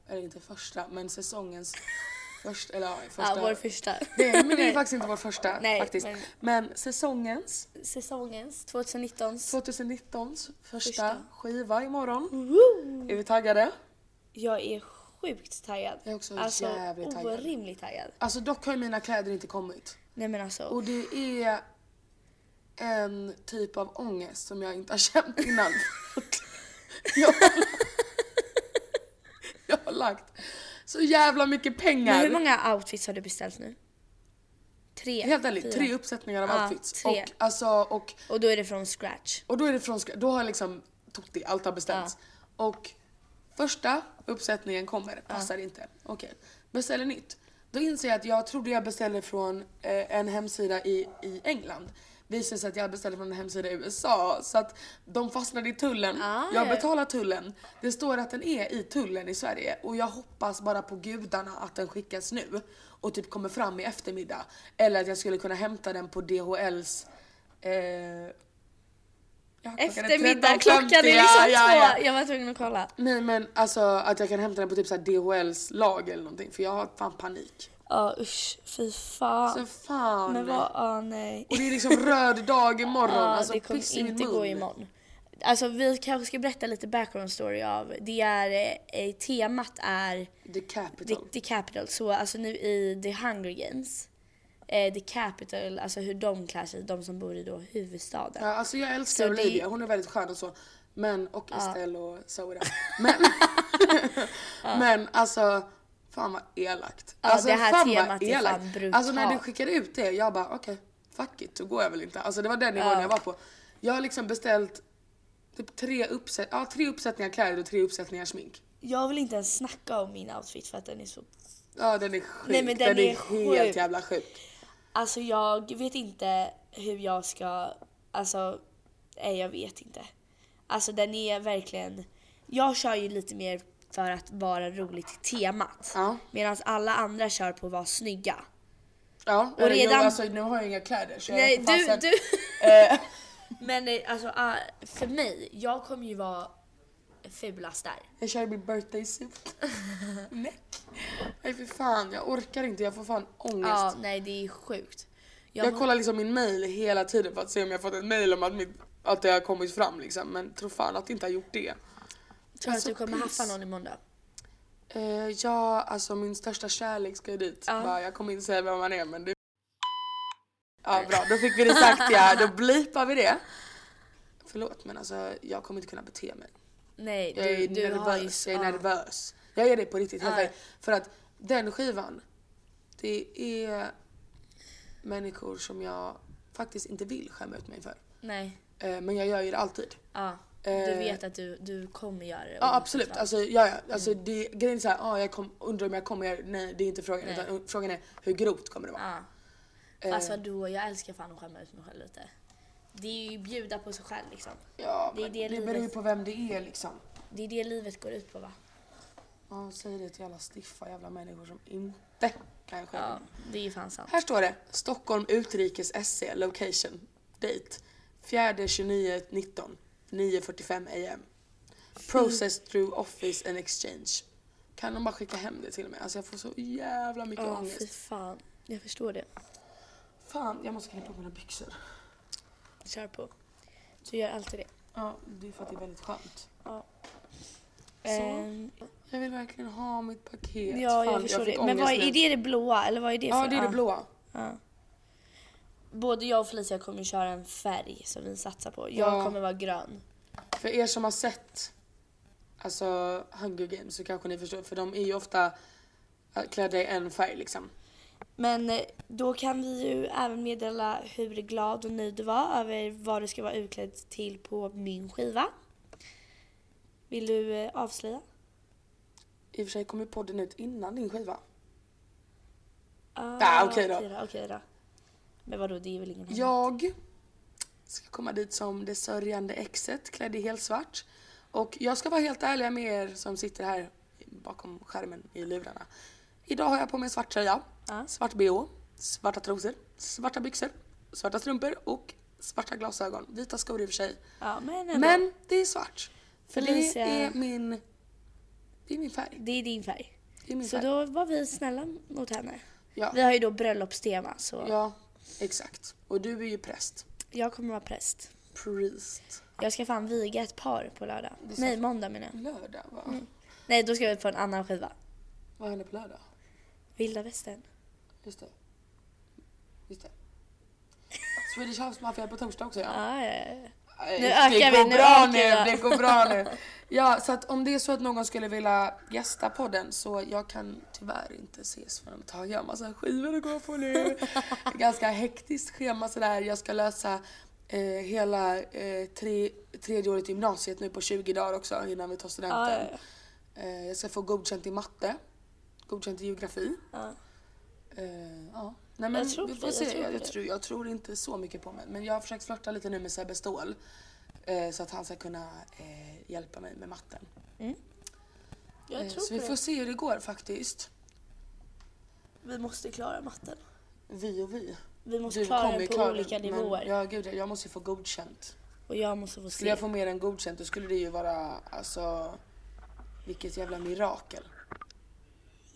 [SPEAKER 1] eller inte första, men säsongens första, eller ja, första.
[SPEAKER 2] Ja, vår första.
[SPEAKER 1] det, är- men det är faktiskt inte vår första
[SPEAKER 2] Nej,
[SPEAKER 1] faktiskt.
[SPEAKER 2] men-
[SPEAKER 1] Men, säsongens,
[SPEAKER 2] Säsongens, 2019s.
[SPEAKER 1] 2019s första,
[SPEAKER 2] Första. Mm.
[SPEAKER 1] skiva imorgon.
[SPEAKER 2] Woo!
[SPEAKER 1] Är vi taggade?
[SPEAKER 2] Jag är sjukt taggad.
[SPEAKER 1] Jag är också
[SPEAKER 2] alltså,
[SPEAKER 1] jävligt taggad.
[SPEAKER 2] orimligt taggad.
[SPEAKER 1] Alltså dock har ju mina kläder inte kommit.
[SPEAKER 2] Nej men alltså,
[SPEAKER 1] Och det är en typ av ångest som jag inte har känt innan. jag, har, jag har lagt så jävla mycket
[SPEAKER 2] men hur
[SPEAKER 1] pengar.
[SPEAKER 2] många outfits har du beställt nu? Tre?
[SPEAKER 1] Helt ärligt,
[SPEAKER 2] fyra.
[SPEAKER 1] tre uppsättningar av
[SPEAKER 2] Ja,
[SPEAKER 1] outfits.
[SPEAKER 2] tre.
[SPEAKER 1] Och, alltså, och,
[SPEAKER 2] Och då är det från scratch.
[SPEAKER 1] och då är det från, sk- då har jag liksom Totti, allt har bestämts. Och första uppsättningen kommer, passar inte. Okej, beställer nytt. Då inser jag att jag trodde jag beställde från eh, en hemsida i, i England. Visade sig att jag beställde från en hemsida i USA så att de fastnade i tullen.
[SPEAKER 2] Ah,
[SPEAKER 1] jag
[SPEAKER 2] ja.
[SPEAKER 1] betalar tullen. Det står att den är i tullen i Sverige och jag hoppas bara på gudarna att den skickas nu och typ kommer fram i eftermiddag. Eller att jag skulle kunna hämta den på DHLs eh, ja, klockan är
[SPEAKER 2] Eftermiddag, klockan
[SPEAKER 1] 13.50.
[SPEAKER 2] är
[SPEAKER 1] Ja,
[SPEAKER 2] liksom
[SPEAKER 1] ja, ja.
[SPEAKER 2] två. Jag var tvungen att kolla.
[SPEAKER 1] Nej men alltså att jag kan hämta den på typ så här DHLs lag eller någonting för jag har fan panik.
[SPEAKER 2] Ja usch, fy fan.
[SPEAKER 1] Så fan.
[SPEAKER 2] men vad, ja nej.
[SPEAKER 1] Och det är liksom röd dag imorgon.
[SPEAKER 2] Ja,
[SPEAKER 1] alltså
[SPEAKER 2] det kommer
[SPEAKER 1] piss i min
[SPEAKER 2] inte
[SPEAKER 1] mun.
[SPEAKER 2] gå imorgon. Alltså vi kanske ska berätta lite background story av, det är, eh, temat är
[SPEAKER 1] The capital.
[SPEAKER 2] The, the Capital, så alltså nu i The Hunger Games. Eh, the Capital, alltså hur de klär sig, de som bor i då huvudstaden.
[SPEAKER 1] Ja, alltså jag älskar
[SPEAKER 2] Så det-
[SPEAKER 1] Olivia, hon är väldigt skön och så. Men, och Estelle och Zoe där. Men, men alltså, fan vad elakt.
[SPEAKER 2] Ja,
[SPEAKER 1] alltså,
[SPEAKER 2] det här
[SPEAKER 1] fan vad
[SPEAKER 2] temat är fan brutalt.
[SPEAKER 1] Alltså när du skickade ut det, jag bara okej, fuck it, då går jag väl inte. Alltså det var den nivån
[SPEAKER 2] Ja.
[SPEAKER 1] jag var på. Jag har liksom beställt typ tre, uppsätt ja, tre uppsättningar kläder och tre uppsättningar smink.
[SPEAKER 2] Jag vill inte ens snacka om min outfit för att den är så...
[SPEAKER 1] Ja den är sjuk.
[SPEAKER 2] Nej, men den
[SPEAKER 1] är,
[SPEAKER 2] är
[SPEAKER 1] helt
[SPEAKER 2] sjuk.
[SPEAKER 1] jävla sjuk.
[SPEAKER 2] Alltså jag vet inte hur jag ska... Alltså, nej jag vet inte. Alltså den är verkligen... Jag kör ju lite mer för att vara roligt till temat.
[SPEAKER 1] Ja.
[SPEAKER 2] Medan alla andra kör på att vara snygga.
[SPEAKER 1] Ja, och redan...
[SPEAKER 2] redan-
[SPEAKER 1] nu, alltså, nu har jag inga kläder så jag
[SPEAKER 2] Nej,
[SPEAKER 1] vet inte
[SPEAKER 2] du,
[SPEAKER 1] fasen.
[SPEAKER 2] du.
[SPEAKER 1] Eh,
[SPEAKER 2] Men eh, alltså ah, för mig, jag kommer ju vara fulast där.
[SPEAKER 1] jag kör min birthday suit. Näck. Nej för fan, jag orkar inte. Jag får fan ångest.
[SPEAKER 2] Ja, nej det är sjukt. Jag,
[SPEAKER 1] Jag kollar liksom min mail hela tiden för att se om jag fått ett mail om att, mitt, att det har kommit fram liksom. Men tror fan att det inte har gjort det.
[SPEAKER 2] tror att
[SPEAKER 1] alltså,
[SPEAKER 2] du kommer
[SPEAKER 1] piss.
[SPEAKER 2] haffa någon imorgon
[SPEAKER 1] Eh, ja, alltså min största kärlek ska ju dit.
[SPEAKER 2] Ja.
[SPEAKER 1] Bara, jag kommer inte säga vem man är men det Ja bra, då fick vi det sagt ja. Då blipar vi det. Förlåt men alltså jag kommer inte kunna bete mig.
[SPEAKER 2] Nej,
[SPEAKER 1] Jag
[SPEAKER 2] du,
[SPEAKER 1] är
[SPEAKER 2] du har ju... ah,
[SPEAKER 1] nervös, jag är
[SPEAKER 2] ja.
[SPEAKER 1] nervös. Jag är det på riktigt, helt
[SPEAKER 2] Ja.
[SPEAKER 1] ärligt. För att den skivan, det är människor som jag faktiskt inte vill skämma ut mig för.
[SPEAKER 2] Nej,
[SPEAKER 1] Eh, men jag gör ju det alltid.
[SPEAKER 2] ja. Du
[SPEAKER 1] Eh,
[SPEAKER 2] vet att du, du kommer göra det.
[SPEAKER 1] Ja absolut, alltså, ja, ja. alltså
[SPEAKER 2] Mm.
[SPEAKER 1] det, grejen är såhär, ah, jag kom, undrar om jag kommer göra nej det är inte frågan
[SPEAKER 2] Nej.
[SPEAKER 1] utan uh, frågan är hur grovt kommer det vara?
[SPEAKER 2] Ja.
[SPEAKER 1] Eh.
[SPEAKER 2] Fast vadå, jag älskar fan att skämma ut mig själv lite. Det är ju bjuda på sig själv liksom.
[SPEAKER 1] Ja,
[SPEAKER 2] Det är
[SPEAKER 1] men
[SPEAKER 2] det
[SPEAKER 1] det
[SPEAKER 2] livet-
[SPEAKER 1] beror ju på vem det är liksom.
[SPEAKER 2] Det är det livet går ut på va?
[SPEAKER 1] Ja, säg det till alla stiffa jävla människor som inte kan själva.
[SPEAKER 2] Ja, det är ju fan sant.
[SPEAKER 1] Här står det Stockholm Utrikes SC Location Date 4 29 19 9.45 AM Process through office and exchange Kan de bara skicka hem det till mig? Alltså jag får så jävla mycket
[SPEAKER 2] Ja, fy
[SPEAKER 1] ångest.
[SPEAKER 2] fan. Jag förstår det.
[SPEAKER 1] Fan, jag måste knäppa på mina byxor.
[SPEAKER 2] Kör på. Du gör alltid det.
[SPEAKER 1] Ja, det är för att det är väldigt skönt.
[SPEAKER 2] Ja.
[SPEAKER 1] Så.
[SPEAKER 2] Ehm,
[SPEAKER 1] Jag vill verkligen ha mitt paket.
[SPEAKER 2] ja, jag
[SPEAKER 1] Fan,
[SPEAKER 2] förstår
[SPEAKER 1] fick
[SPEAKER 2] det. Men vad är,
[SPEAKER 1] ångest nu.
[SPEAKER 2] är det det blåa eller vad är det
[SPEAKER 1] Ja,
[SPEAKER 2] för?
[SPEAKER 1] det är det blåa.
[SPEAKER 2] ja. Både jag och Felicia kommer köra en färg som vi satsar på. Jag
[SPEAKER 1] Ja.
[SPEAKER 2] kommer vara grön.
[SPEAKER 1] För er som har sett alltså Hunger Games så kanske ni förstår. För de är ju ofta äh, klädda i en färg liksom.
[SPEAKER 2] Men eh, då kan vi ju även meddela hur glad och nöjd du var över vad du ska vara utklädd till på min skiva. Vill du eh, avslöja?
[SPEAKER 1] I och för sig kom ju podden ut innan din skiva.
[SPEAKER 2] Mm. Ah,
[SPEAKER 1] Ja, okej då.
[SPEAKER 2] Okej då. okej då. Men vadå, det är väl ingen hemlighet?
[SPEAKER 1] Jag ska komma dit som det sörjande exet klädd i helt svart. Och jag ska vara helt ärlig med er som sitter här bakom skärmen i lurarna. Idag har jag på mig en svart tröja,
[SPEAKER 2] Ja.
[SPEAKER 1] svart bh, svarta trosor, svarta byxor, svarta strumpor och svarta glasögon. Vita skor i och för sig.
[SPEAKER 2] Ja, men, ändå.
[SPEAKER 1] Men det är svart. För
[SPEAKER 2] Felicia-
[SPEAKER 1] det är min... Det är min färg.
[SPEAKER 2] Det är din färg.
[SPEAKER 1] Det är min
[SPEAKER 2] Så
[SPEAKER 1] färg.
[SPEAKER 2] då var vi snälla mot henne.
[SPEAKER 1] Ja.
[SPEAKER 2] Vi har ju då bröllopstema så
[SPEAKER 1] ja, exakt. Och du är ju präst.
[SPEAKER 2] jag kommer vara präst.
[SPEAKER 1] Priest.
[SPEAKER 2] Jag ska fan viga ett par på lördag.
[SPEAKER 1] ska-
[SPEAKER 2] Nej, måndag menar jag.
[SPEAKER 1] Lördag, va?
[SPEAKER 2] Nej, då ska vi på en annan skiva.
[SPEAKER 1] Vad händer på lördag?
[SPEAKER 2] Vilda västern.
[SPEAKER 1] Just det. Just det. Swedish House Mafia är på torsdag också ja.
[SPEAKER 2] Ah, ja, ja, ja.
[SPEAKER 1] Nej,
[SPEAKER 2] Nu
[SPEAKER 1] Äh, det
[SPEAKER 2] ökar vi,
[SPEAKER 1] går
[SPEAKER 2] nu
[SPEAKER 1] bra
[SPEAKER 2] ökar
[SPEAKER 1] nu,
[SPEAKER 2] jag.
[SPEAKER 1] det går bra nu. Ja, så att om det är så att någon skulle vilja gästa podden så jag kan tyvärr inte ses förrän om ett tag. Jag har massa skivor att gå på nu. Ganska hektiskt schema sådär. Jag ska lösa eh, hela eh, tre, tredje året i gymnasiet nu på 20 dagar också innan vi tar studenten.
[SPEAKER 2] Ah, ja, ja.
[SPEAKER 1] Eh, jag ska få godkänt i matte, godkänt i geografi.
[SPEAKER 2] Ja.
[SPEAKER 1] Eh, ja. Nej, men
[SPEAKER 2] Jag tror
[SPEAKER 1] vi
[SPEAKER 2] på
[SPEAKER 1] får
[SPEAKER 2] det,
[SPEAKER 1] se.
[SPEAKER 2] jag tror
[SPEAKER 1] Jag,
[SPEAKER 2] på
[SPEAKER 1] jag,
[SPEAKER 2] det.
[SPEAKER 1] tror, jag tror inte så mycket på mig. Men jag har försökt flirta lite nu med Sebbe Ståhl. Eh, så att han ska kunna eh, hjälpa mig med matten.
[SPEAKER 2] Jag
[SPEAKER 1] Eh,
[SPEAKER 2] tror
[SPEAKER 1] så
[SPEAKER 2] på
[SPEAKER 1] vi får
[SPEAKER 2] det.
[SPEAKER 1] se hur det går faktiskt.
[SPEAKER 2] Vi måste klara matten.
[SPEAKER 1] Vi och vi.
[SPEAKER 2] Vi måste klara
[SPEAKER 1] kommer
[SPEAKER 2] den på
[SPEAKER 1] klara den,
[SPEAKER 2] olika
[SPEAKER 1] men
[SPEAKER 2] nivåer.
[SPEAKER 1] Ja, gud, jag måste ju få godkänt.
[SPEAKER 2] Och jag måste få se.
[SPEAKER 1] Skulle jag få mer än godkänt då skulle det ju vara alltså vilket jävla mirakel.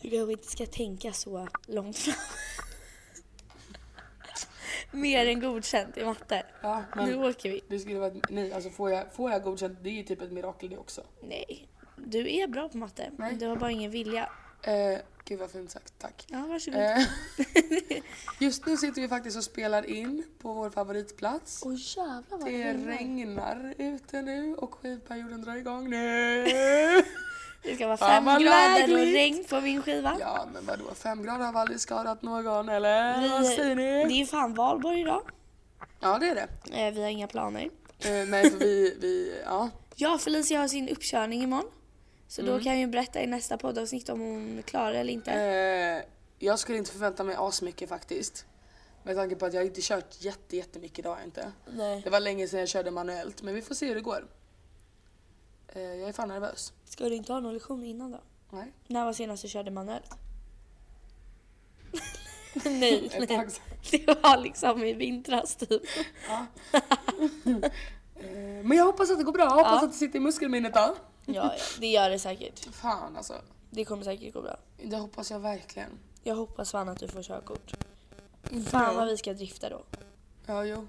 [SPEAKER 2] Du kanske inte ska tänka så långt fram. Mer än godkänt i matte.
[SPEAKER 1] Ja,
[SPEAKER 2] Nu
[SPEAKER 1] men
[SPEAKER 2] åker vi.
[SPEAKER 1] det skulle vara ett- nej alltså får jag, får jag godkänt det är ju typ ett mirakel det också.
[SPEAKER 2] Nej, du är bra på matte.
[SPEAKER 1] Nej.
[SPEAKER 2] Du har bara ingen vilja.
[SPEAKER 1] Eh, gud vad fint sagt, tack.
[SPEAKER 2] Ja, varsågod.
[SPEAKER 1] Eh, Just nu sitter vi faktiskt och spelar in på vår favoritplats.
[SPEAKER 2] Åh jävlar vad
[SPEAKER 1] Det
[SPEAKER 2] regnar.
[SPEAKER 1] regnar ute nu och skivperioden drar igång nu.
[SPEAKER 2] Det ska vara
[SPEAKER 1] Fan,
[SPEAKER 2] fem
[SPEAKER 1] vad
[SPEAKER 2] grader och
[SPEAKER 1] lägligt.
[SPEAKER 2] regn på min skiva.
[SPEAKER 1] Ja men vadå, fem grader har väl aldrig skadat någon eller? Vad
[SPEAKER 2] Vi,
[SPEAKER 1] säger
[SPEAKER 2] det är
[SPEAKER 1] ni?
[SPEAKER 2] ju fan valborg idag.
[SPEAKER 1] Ja det är det.
[SPEAKER 2] Eh, vi har inga planer.
[SPEAKER 1] Eh, nej för vi, vi, ja.
[SPEAKER 2] Jag och Felicia har sin uppkörning imorgon. Så då kan jag ju berätta i nästa poddavsnitt om hon klarar eller inte.
[SPEAKER 1] Eh, jag skulle inte förvänta mig asmycket faktiskt. Med tanke på att jag inte kört jätte, jättemycket idag har jag inte.
[SPEAKER 2] Nej.
[SPEAKER 1] Det var länge sedan jag körde manuellt men vi får se hur det går. Eh, jag är fan nervös.
[SPEAKER 2] Ska du inte ha någon lektion innan då?
[SPEAKER 1] Nej.
[SPEAKER 2] När var senast du körde manuellt? nej,
[SPEAKER 1] Ett
[SPEAKER 2] nej.
[SPEAKER 1] tag sedan.
[SPEAKER 2] Det var liksom i vintras typ.
[SPEAKER 1] Ja. Eh, men jag hoppas att det går bra. Jag hoppas
[SPEAKER 2] Ja.
[SPEAKER 1] att det sitter i muskelminnet då.
[SPEAKER 2] Ja, ja, det gör det säkert.
[SPEAKER 1] Fan alltså.
[SPEAKER 2] Det kommer säkert gå bra.
[SPEAKER 1] Det hoppas jag verkligen.
[SPEAKER 2] Jag hoppas fan att du får körkort.
[SPEAKER 1] Inte
[SPEAKER 2] Fan
[SPEAKER 1] nu.
[SPEAKER 2] vad vi ska drifta då.
[SPEAKER 1] Ja, jo.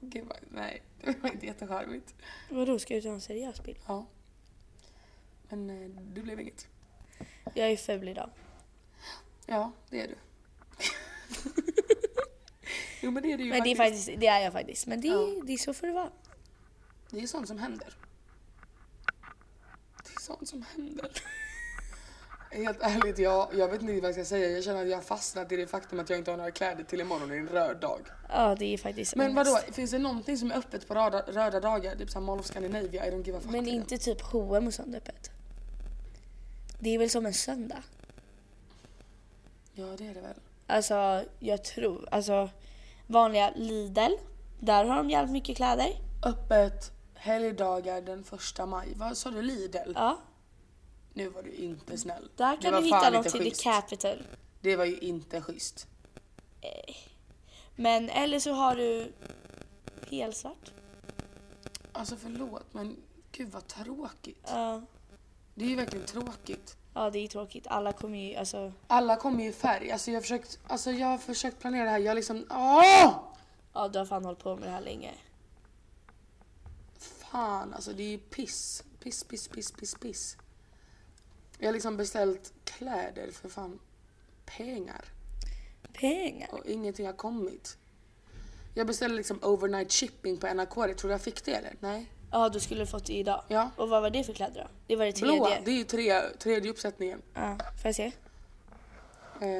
[SPEAKER 1] Gud vad, nej. Det var inte jättecharmigt.
[SPEAKER 2] Vadå, ska du ta en seriös bild?
[SPEAKER 1] Ja. Men eh, det blev inget.
[SPEAKER 2] Jag är ful idag.
[SPEAKER 1] Ja, det är du. jo men det är du ju
[SPEAKER 2] Men det är, faktiskt, det är jag faktiskt. Men det,
[SPEAKER 1] Ja.
[SPEAKER 2] det är så får det vara.
[SPEAKER 1] Det är sånt som händer. Det är sånt som händer. Helt ärligt, jag, jag vet inte vad jag ska säga. Jag känner att jag har fastnat i det faktum att jag inte har några kläder till imorgon och det är en röd dag.
[SPEAKER 2] Ja, det är faktiskt
[SPEAKER 1] Men
[SPEAKER 2] ångest.
[SPEAKER 1] vadå, finns det någonting som är öppet på röda, röda dagar? Typ såhär Mall of Scandinavia, I don't give a fuck.
[SPEAKER 2] Men
[SPEAKER 1] liksom.
[SPEAKER 2] inte typ H&M och sånt öppet. Det är väl som en söndag?
[SPEAKER 1] Ja, det är det väl.
[SPEAKER 2] Alltså, jag tror... Alltså, vanliga Lidl, där har de jävligt mycket kläder.
[SPEAKER 1] Öppet helgdagar den första maj. Vad sa du? Lidl?
[SPEAKER 2] Ja,
[SPEAKER 1] Nu var du inte snäll.
[SPEAKER 2] där
[SPEAKER 1] Det
[SPEAKER 2] kan
[SPEAKER 1] var
[SPEAKER 2] du hitta
[SPEAKER 1] fan
[SPEAKER 2] något
[SPEAKER 1] inte
[SPEAKER 2] till The
[SPEAKER 1] schysst.
[SPEAKER 2] Capital.
[SPEAKER 1] Det var ju inte schysst.
[SPEAKER 2] Men eller så har du helsvart.
[SPEAKER 1] Alltså förlåt, men gud vad tråkigt.
[SPEAKER 2] Ja,
[SPEAKER 1] Det är ju verkligen tråkigt.
[SPEAKER 2] ja, det är tråkigt. Alla kommer ju... Alltså,
[SPEAKER 1] Alla kommer ju i färg. Alltså jag har försökt, alltså jag har försökt planera det här. Jag liksom, åh!
[SPEAKER 2] ja, du har fan hållit på med det här länge.
[SPEAKER 1] Fan alltså det är ju piss. Piss, piss, piss, piss, piss. Jag har liksom beställt kläder för fan pengar
[SPEAKER 2] Pengar.
[SPEAKER 1] och ingenting har kommit. Jag beställde liksom overnight shipping på NRK. Tror du jag fick det eller? Nej.
[SPEAKER 2] Ja, du skulle fått det idag.
[SPEAKER 1] Ja.
[SPEAKER 2] Och vad var det för kläder då? Det var det tredje.
[SPEAKER 1] Blåa, det är ju tre, tredje uppsättningen.
[SPEAKER 2] Ja, får jag se?
[SPEAKER 1] Eh,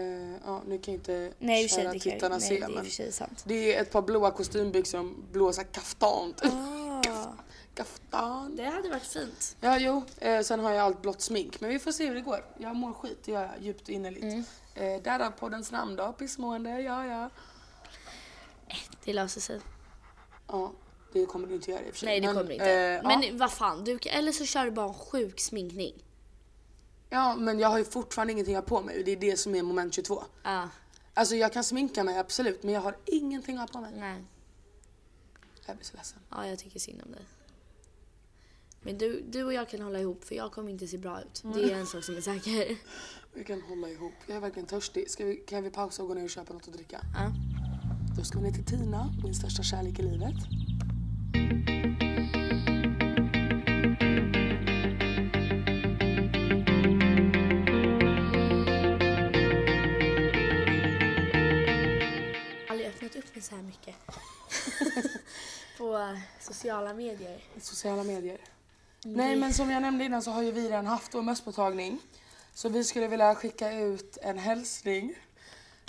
[SPEAKER 1] ja, nu kan jag inte
[SPEAKER 2] Nej, i och för sig,
[SPEAKER 1] kära
[SPEAKER 2] det kan-
[SPEAKER 1] tittarna
[SPEAKER 2] nej,
[SPEAKER 1] se
[SPEAKER 2] det är i och
[SPEAKER 1] men
[SPEAKER 2] för sig sant.
[SPEAKER 1] det är ett par blåa kostymbyxor och en blå såhär kaftan. typ.
[SPEAKER 2] Ah,
[SPEAKER 1] Kaftan.
[SPEAKER 2] det hade varit fint.
[SPEAKER 1] Ja, jo. Eh, sen har jag allt blått smink. Men vi får se hur det går. Jag mår skit, det gör jag djupt och innerligt.
[SPEAKER 2] Mm.
[SPEAKER 1] Eh, därav poddens namn då, pissmående, ja ja.
[SPEAKER 2] Eh, Det löser sig.
[SPEAKER 1] Ja, det kommer du inte göra i och för sig.
[SPEAKER 2] Nej, det
[SPEAKER 1] Men,
[SPEAKER 2] kommer det inte.
[SPEAKER 1] eh,
[SPEAKER 2] men
[SPEAKER 1] ja.
[SPEAKER 2] vad fan, du, kan- eller så kör du bara en sjuk sminkning.
[SPEAKER 1] ja, men jag har ju fortfarande ingenting att ha på mig. Det är det som är moment 22.
[SPEAKER 2] Ja,
[SPEAKER 1] Alltså jag kan sminka mig absolut, men jag har ingenting att ha på mig.
[SPEAKER 2] nej.
[SPEAKER 1] Jag blir så ledsen.
[SPEAKER 2] Ja, jag tycker synd om dig. Men du, du och jag kan hålla ihop för jag kommer inte se bra ut. Det är en sak som är säker.
[SPEAKER 1] Vi kan hålla ihop. Jag är verkligen törstig. Ska vi, kan vi pausa och gå ner och köpa något att dricka?
[SPEAKER 2] Ja.
[SPEAKER 1] Då ska vi ner till Tina, min största kärlek i livet.
[SPEAKER 2] Jag har aldrig öppnat upp mig så här mycket. På eh, sociala medier.
[SPEAKER 1] sociala medier. Nej men som jag nämnde innan så har ju vi redan haft vår mössmottagning. Så vi skulle vilja skicka ut en hälsning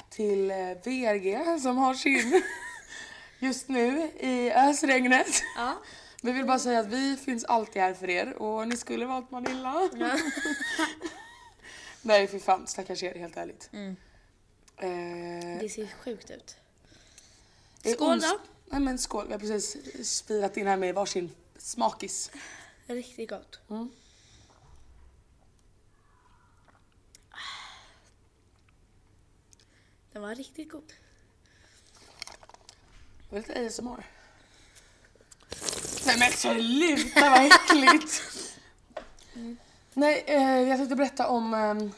[SPEAKER 1] till eh, VRG som har sin just nu i ösregnet.
[SPEAKER 2] Ja.
[SPEAKER 1] Vi vill bara säga att vi finns alltid här för er och ni skulle valt Manilla. Nej fy fan stackars er helt ärligt. Eh,
[SPEAKER 2] Det ser sjukt ut.
[SPEAKER 1] det är
[SPEAKER 2] Skål
[SPEAKER 1] ons-
[SPEAKER 2] då.
[SPEAKER 1] Nej men skål, vi har precis spirat in här med varsin smakis.
[SPEAKER 2] Riktigt gott. Den var riktigt god.
[SPEAKER 1] Det var lite ASMR. Nej men sluta vad äckligt! Nej, eh, jag tänkte berätta om eh,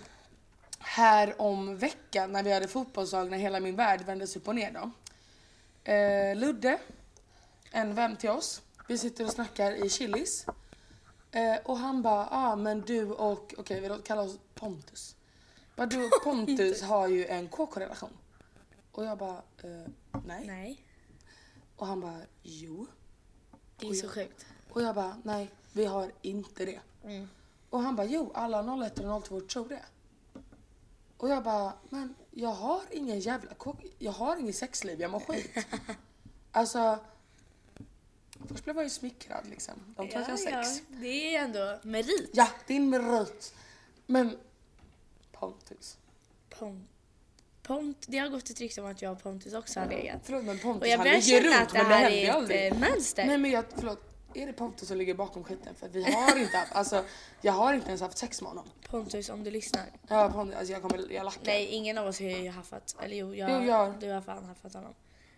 [SPEAKER 1] här om veckan när vi hade fotbollsdag när hela min värld vändes upp och ner då. Eh, Ludde, en vän till oss, vi sitter och snackar i Chilis. Eh, och han bara, ah men du och, okej vi låter- kallar oss Pontus. Bara du och Pontus har ju en KK-relation. Och jag bara, eh, nej.
[SPEAKER 2] Nej,
[SPEAKER 1] Och han bara jo.
[SPEAKER 2] det är så sjukt.
[SPEAKER 1] Och jag bara nej, vi har inte det.
[SPEAKER 2] Mm.
[SPEAKER 1] Och han bara jo, alla 01 och 02 tror det. Och jag bara men jag har ingen jävla kock, jag har ingen sexliv, jag mår skit. alltså Först blev jag ju smickrad liksom. De tror att jag har
[SPEAKER 2] Ja,
[SPEAKER 1] sex.
[SPEAKER 2] ja. Det är ändå merit.
[SPEAKER 1] Ja, din merit. Men Pontus.
[SPEAKER 2] Pont. Pont. Det har gått ett rykte om att jag och Pontus också har legat.
[SPEAKER 1] Förlåt men
[SPEAKER 2] Och
[SPEAKER 1] Pontus
[SPEAKER 2] jag
[SPEAKER 1] han
[SPEAKER 2] börjar
[SPEAKER 1] ligger
[SPEAKER 2] känna att
[SPEAKER 1] runt
[SPEAKER 2] det
[SPEAKER 1] men det
[SPEAKER 2] här
[SPEAKER 1] händer ju
[SPEAKER 2] är
[SPEAKER 1] aldrig.
[SPEAKER 2] ett eh, mönster.
[SPEAKER 1] Nej men jag, förlåt. Är det Pontus som ligger bakom skiten? För vi har inte haft, alltså jag har inte ens haft sex med honom.
[SPEAKER 2] Pontus, om du lyssnar.
[SPEAKER 1] Ja Pontus, alltså jag kommer, jag lackar.
[SPEAKER 2] Nej, ingen av oss har ju haffat. Eller jo, jag,
[SPEAKER 1] Jo, jag.
[SPEAKER 2] du har fan haffat honom.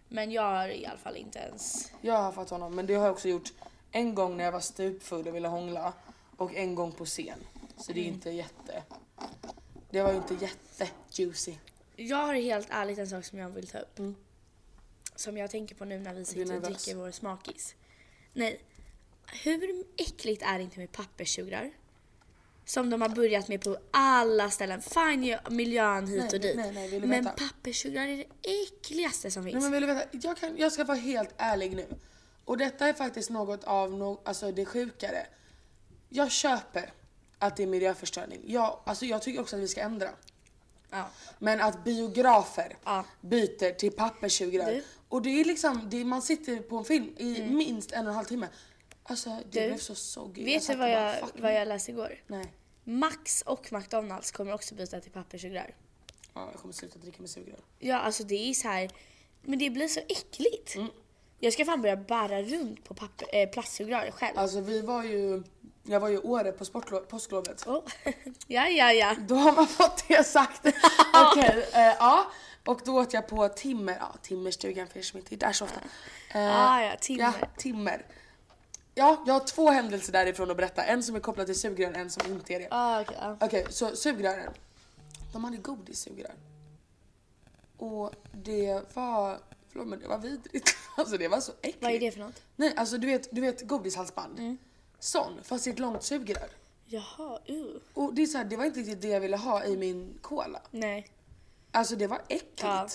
[SPEAKER 2] Men jag har i alla fall inte ens...
[SPEAKER 1] Jag har haft honom men det har jag också gjort en gång när jag var stupfull och ville hångla och en gång på scen. Så det är inte jätte... Det var ju inte jätte juicy.
[SPEAKER 2] Jag har helt ärligt en sak som jag vill ta upp.
[SPEAKER 1] Mm.
[SPEAKER 2] Som jag tänker på nu när vi sitter och
[SPEAKER 1] nervös.
[SPEAKER 2] dricker vår smakis. Nej. Hur äckligt är det inte med papperssugrör? Som de har börjat med på alla ställen. Fine ju miljön hit
[SPEAKER 1] Nej,
[SPEAKER 2] och dit.
[SPEAKER 1] nej, nej, vill du
[SPEAKER 2] men
[SPEAKER 1] veta?
[SPEAKER 2] papperssugrör är det äckligaste som finns.
[SPEAKER 1] Nej, men vill du veta? Jag, kan, jag ska vara helt ärlig nu. Och detta är faktiskt något av no, alltså det sjukare. Jag köper att det är miljöförstöring. Jag, alltså jag tycker också att vi ska ändra.
[SPEAKER 2] ja.
[SPEAKER 1] Men att biografer
[SPEAKER 2] Ja.
[SPEAKER 1] byter till papperssugrör.
[SPEAKER 2] Du.
[SPEAKER 1] Och det är liksom, det är, man sitter på en film i
[SPEAKER 2] Mm.
[SPEAKER 1] minst en och en halv timme. Alltså det
[SPEAKER 2] Du.
[SPEAKER 1] blev så soggy.
[SPEAKER 2] Vet du
[SPEAKER 1] satt
[SPEAKER 2] vad
[SPEAKER 1] och bara,
[SPEAKER 2] jag,
[SPEAKER 1] "Fuck
[SPEAKER 2] vad jag läste igår?
[SPEAKER 1] Nej.
[SPEAKER 2] Max och McDonalds kommer också byta till papperssugrör.
[SPEAKER 1] Ja, jag kommer sluta dricka med sugrör.
[SPEAKER 2] Ja, alltså det är så här. Men det blir så äckligt.
[SPEAKER 1] Mm.
[SPEAKER 2] Jag ska fan börja bära runt på papper, eh, plastsugrör själv.
[SPEAKER 1] Alltså vi var ju, jag var ju i Åre på sportlo- påsklovet.
[SPEAKER 2] Oh. ja, ja, ja.
[SPEAKER 1] Då har man fått det sagt. Okej, eh, ja. Och då åt jag på Timmer, ja Timmerstugan för er som inte är där så ofta. Eh,
[SPEAKER 2] Ah, ja, Timmer.
[SPEAKER 1] Ja, Timmer. Ja, jag har två händelser därifrån att berätta. En som är kopplad till sugrören, en som inte är det.
[SPEAKER 2] Ah, okej, ja.
[SPEAKER 1] Okej, så sugrören. De hade godissugrör. Och det var, förlåt men det var vidrigt. Alltså det var så äckligt.
[SPEAKER 2] Vad är det Mm. för något?
[SPEAKER 1] Nej, alltså du vet, du vet godishalsband. Sån, fast i ett långt sugrör.
[SPEAKER 2] Jaha, uh.
[SPEAKER 1] Och det är så här, det var inte riktigt det jag ville ha i min cola.
[SPEAKER 2] Nej.
[SPEAKER 1] Alltså det var äckligt.
[SPEAKER 2] Ja.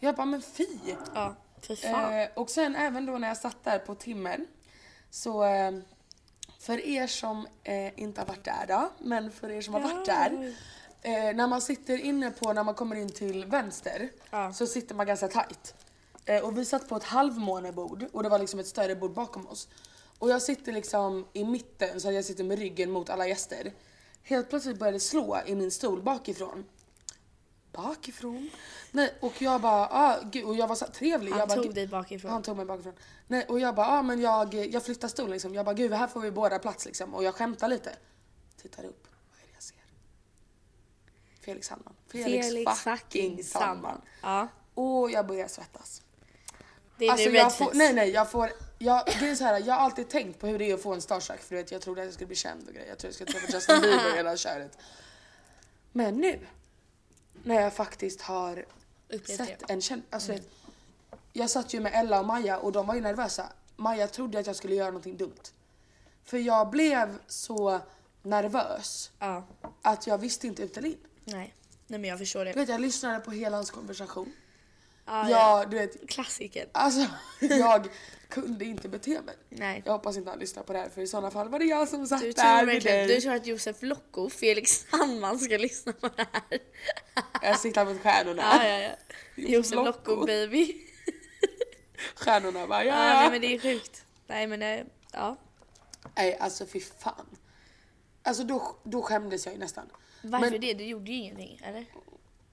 [SPEAKER 1] Jag bara, men fy!
[SPEAKER 2] Ja, för fan.
[SPEAKER 1] Eh, och sen även då när jag satt där på timmen. Så eh, för er som eh, inte har varit där då, men för er som har varit
[SPEAKER 2] Ja.
[SPEAKER 1] där. Eh, när man sitter inne på, när man kommer in till vänster,
[SPEAKER 2] Ja.
[SPEAKER 1] så sitter man ganska tajt. Eh, och vi satt på ett halvmånebord och det var liksom ett större bord bakom oss. Och jag sitter liksom i mitten så att jag sitter med ryggen mot alla gäster. Helt plötsligt började det slå i min stol bakifrån bakifrån. Nej, och jag bara, ah, gud, och jag var så här trevlig.
[SPEAKER 2] Han
[SPEAKER 1] jag bara,
[SPEAKER 2] tog
[SPEAKER 1] gud-
[SPEAKER 2] dig bakifrån.
[SPEAKER 1] Han tog mig bakifrån. Nej, och jag bara, ah, men jag, jag flyttar stolen liksom. Jag bara, gud här får vi båda plats liksom. Och jag skämtar lite. Tittar upp, vad är det jag ser? Felix Sandman. Felix, liksom fucking Sandman.
[SPEAKER 2] Ja,
[SPEAKER 1] Och jag börjar svettas.
[SPEAKER 2] det är
[SPEAKER 1] Alltså
[SPEAKER 2] nu red
[SPEAKER 1] jag får,
[SPEAKER 2] flags.
[SPEAKER 1] nej nej jag får, jag, det är så här, jag har alltid tänkt på hur det är att få en starstruck för du vet jag trodde att jag skulle bli känd och grejer. Jag trodde jag skulle träffa Justin Bieber och hela köret. Men nu, när jag faktiskt har
[SPEAKER 2] Upplevt Mm.
[SPEAKER 1] sett en känd, alltså vet, jag satt ju med Ella och Maja och de var ju nervösa. Maja trodde att jag skulle göra någonting dumt. För jag blev så nervös
[SPEAKER 2] Ja,
[SPEAKER 1] att jag visste inte ut eller in.
[SPEAKER 2] nej. Nej men jag förstår
[SPEAKER 1] Du
[SPEAKER 2] det.
[SPEAKER 1] vet jag lyssnade på hela hans konversation.
[SPEAKER 2] Ah, ja.
[SPEAKER 1] Jag, du vet,
[SPEAKER 2] Klassiker.
[SPEAKER 1] Alltså, jag kunde inte bete mig.
[SPEAKER 2] Nej.
[SPEAKER 1] Jag hoppas inte han lyssnar på det här för i sådana fall var det jag som satt
[SPEAKER 2] Du
[SPEAKER 1] där
[SPEAKER 2] tror,
[SPEAKER 1] med
[SPEAKER 2] verkligen, du
[SPEAKER 1] dig.
[SPEAKER 2] tror att Josef Locko, Felix Sandman, ska lyssna på det här?
[SPEAKER 1] Jag sitter mot stjärnorna.
[SPEAKER 2] Ja, ja, ja. Josef
[SPEAKER 1] Locko.
[SPEAKER 2] Locko baby.
[SPEAKER 1] Stjärnorna bara
[SPEAKER 2] Ja, nej,
[SPEAKER 1] ja.
[SPEAKER 2] men det är sjukt. Nej men nej, ja.
[SPEAKER 1] Nej alltså fy fan. Alltså då, då skämdes jag ju nästan.
[SPEAKER 2] Varför
[SPEAKER 1] Men
[SPEAKER 2] det? Du gjorde ju ingenting, eller?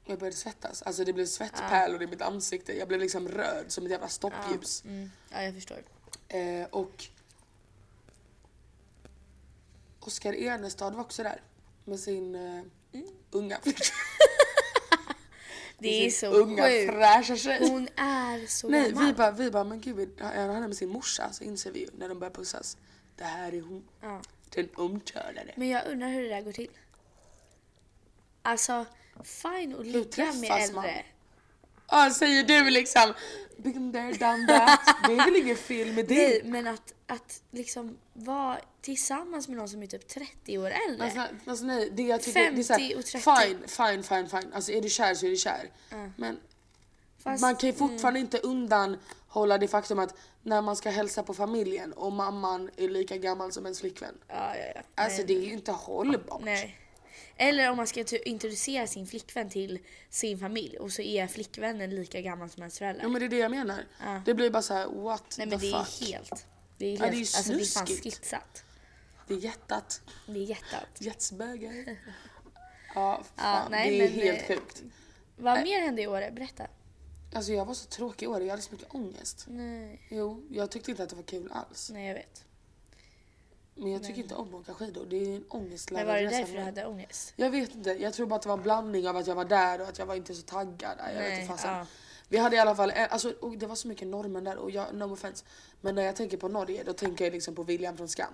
[SPEAKER 1] jag började svettas. Alltså det blev svettpärlor i mitt ansikte. Jag blev liksom röd som ett jävla stoppljus.
[SPEAKER 2] Mm. Ja, mm. jag förstår.
[SPEAKER 1] Eh, och Oskar Enestad var också där med sin eh, unga flicka.
[SPEAKER 2] Mm. Det är så
[SPEAKER 1] unga
[SPEAKER 2] sjukt.
[SPEAKER 1] fräscha tjej.
[SPEAKER 2] Hon är så
[SPEAKER 1] Nej
[SPEAKER 2] gammal.
[SPEAKER 1] vi bara, vi bara men gud är han här med sin morsa? Så inser vi ju när de börjar pussas. Det här är hon.
[SPEAKER 2] Ja.
[SPEAKER 1] Den omkörnade.
[SPEAKER 2] Men jag undrar hur det där går till. Alltså, fine att ligga med
[SPEAKER 1] träffas man?
[SPEAKER 2] äldre.
[SPEAKER 1] Ja säger du liksom. Been there done that. Det är väl inget fel med
[SPEAKER 2] Nej,
[SPEAKER 1] det?
[SPEAKER 2] men att, att liksom vara tillsammans med någon som är typ 30 år äldre.
[SPEAKER 1] Alltså, alltså nej det jag tycker det är så
[SPEAKER 2] 50 och
[SPEAKER 1] här,
[SPEAKER 2] 30.
[SPEAKER 1] fine, fine, fine, fine. Alltså är du kär så är du kär. Men
[SPEAKER 2] Fast- mm.
[SPEAKER 1] man kan ju fortfarande inte undanhålla det faktum att när man ska hälsa på familjen och mamman är lika gammal som ens flickvän.
[SPEAKER 2] ja, ja, ja.
[SPEAKER 1] Alltså
[SPEAKER 2] Nej,
[SPEAKER 1] det är ju inte hållbart.
[SPEAKER 2] nej. Eller om man ska ty- introducera sin flickvän till sin familj och så är flickvännen lika gammal som ens föräldrar.
[SPEAKER 1] Ja men det är det jag menar. Det blir bara så här what
[SPEAKER 2] Nej
[SPEAKER 1] the
[SPEAKER 2] men det
[SPEAKER 1] fuck.
[SPEAKER 2] är helt... Det är, helt,
[SPEAKER 1] Ja, det är ju
[SPEAKER 2] alltså, det är fan
[SPEAKER 1] snuskigt.
[SPEAKER 2] skitsat.
[SPEAKER 1] Det är jättat.
[SPEAKER 2] Det är jättat.
[SPEAKER 1] Jättesbögar. Ja, fan.
[SPEAKER 2] nej,
[SPEAKER 1] det är
[SPEAKER 2] men,
[SPEAKER 1] helt
[SPEAKER 2] eh,
[SPEAKER 1] sjukt.
[SPEAKER 2] Vad
[SPEAKER 1] eh.
[SPEAKER 2] mer hände i år? Berätta.
[SPEAKER 1] Alltså jag var så tråkig i år, jag hade så mycket ångest.
[SPEAKER 2] Nej,
[SPEAKER 1] Jo, jag tyckte inte att det var kul alls.
[SPEAKER 2] nej jag vet.
[SPEAKER 1] Men jag tycker inte om att åka skidor, det är en ångestladdad
[SPEAKER 2] Men var det
[SPEAKER 1] resa
[SPEAKER 2] därför
[SPEAKER 1] för
[SPEAKER 2] du
[SPEAKER 1] mig.
[SPEAKER 2] hade ångest?
[SPEAKER 1] Jag vet inte, jag tror bara att det var en blandning av att jag var där och att jag var inte så taggad. Nej, Jag vet
[SPEAKER 2] Nej,
[SPEAKER 1] inte fasen.
[SPEAKER 2] ja.
[SPEAKER 1] Vi hade i alla fall, en- alltså, och det var så mycket norrmän där och jag, no offense. Men när jag tänker på Norge då tänker jag liksom på William från Skam.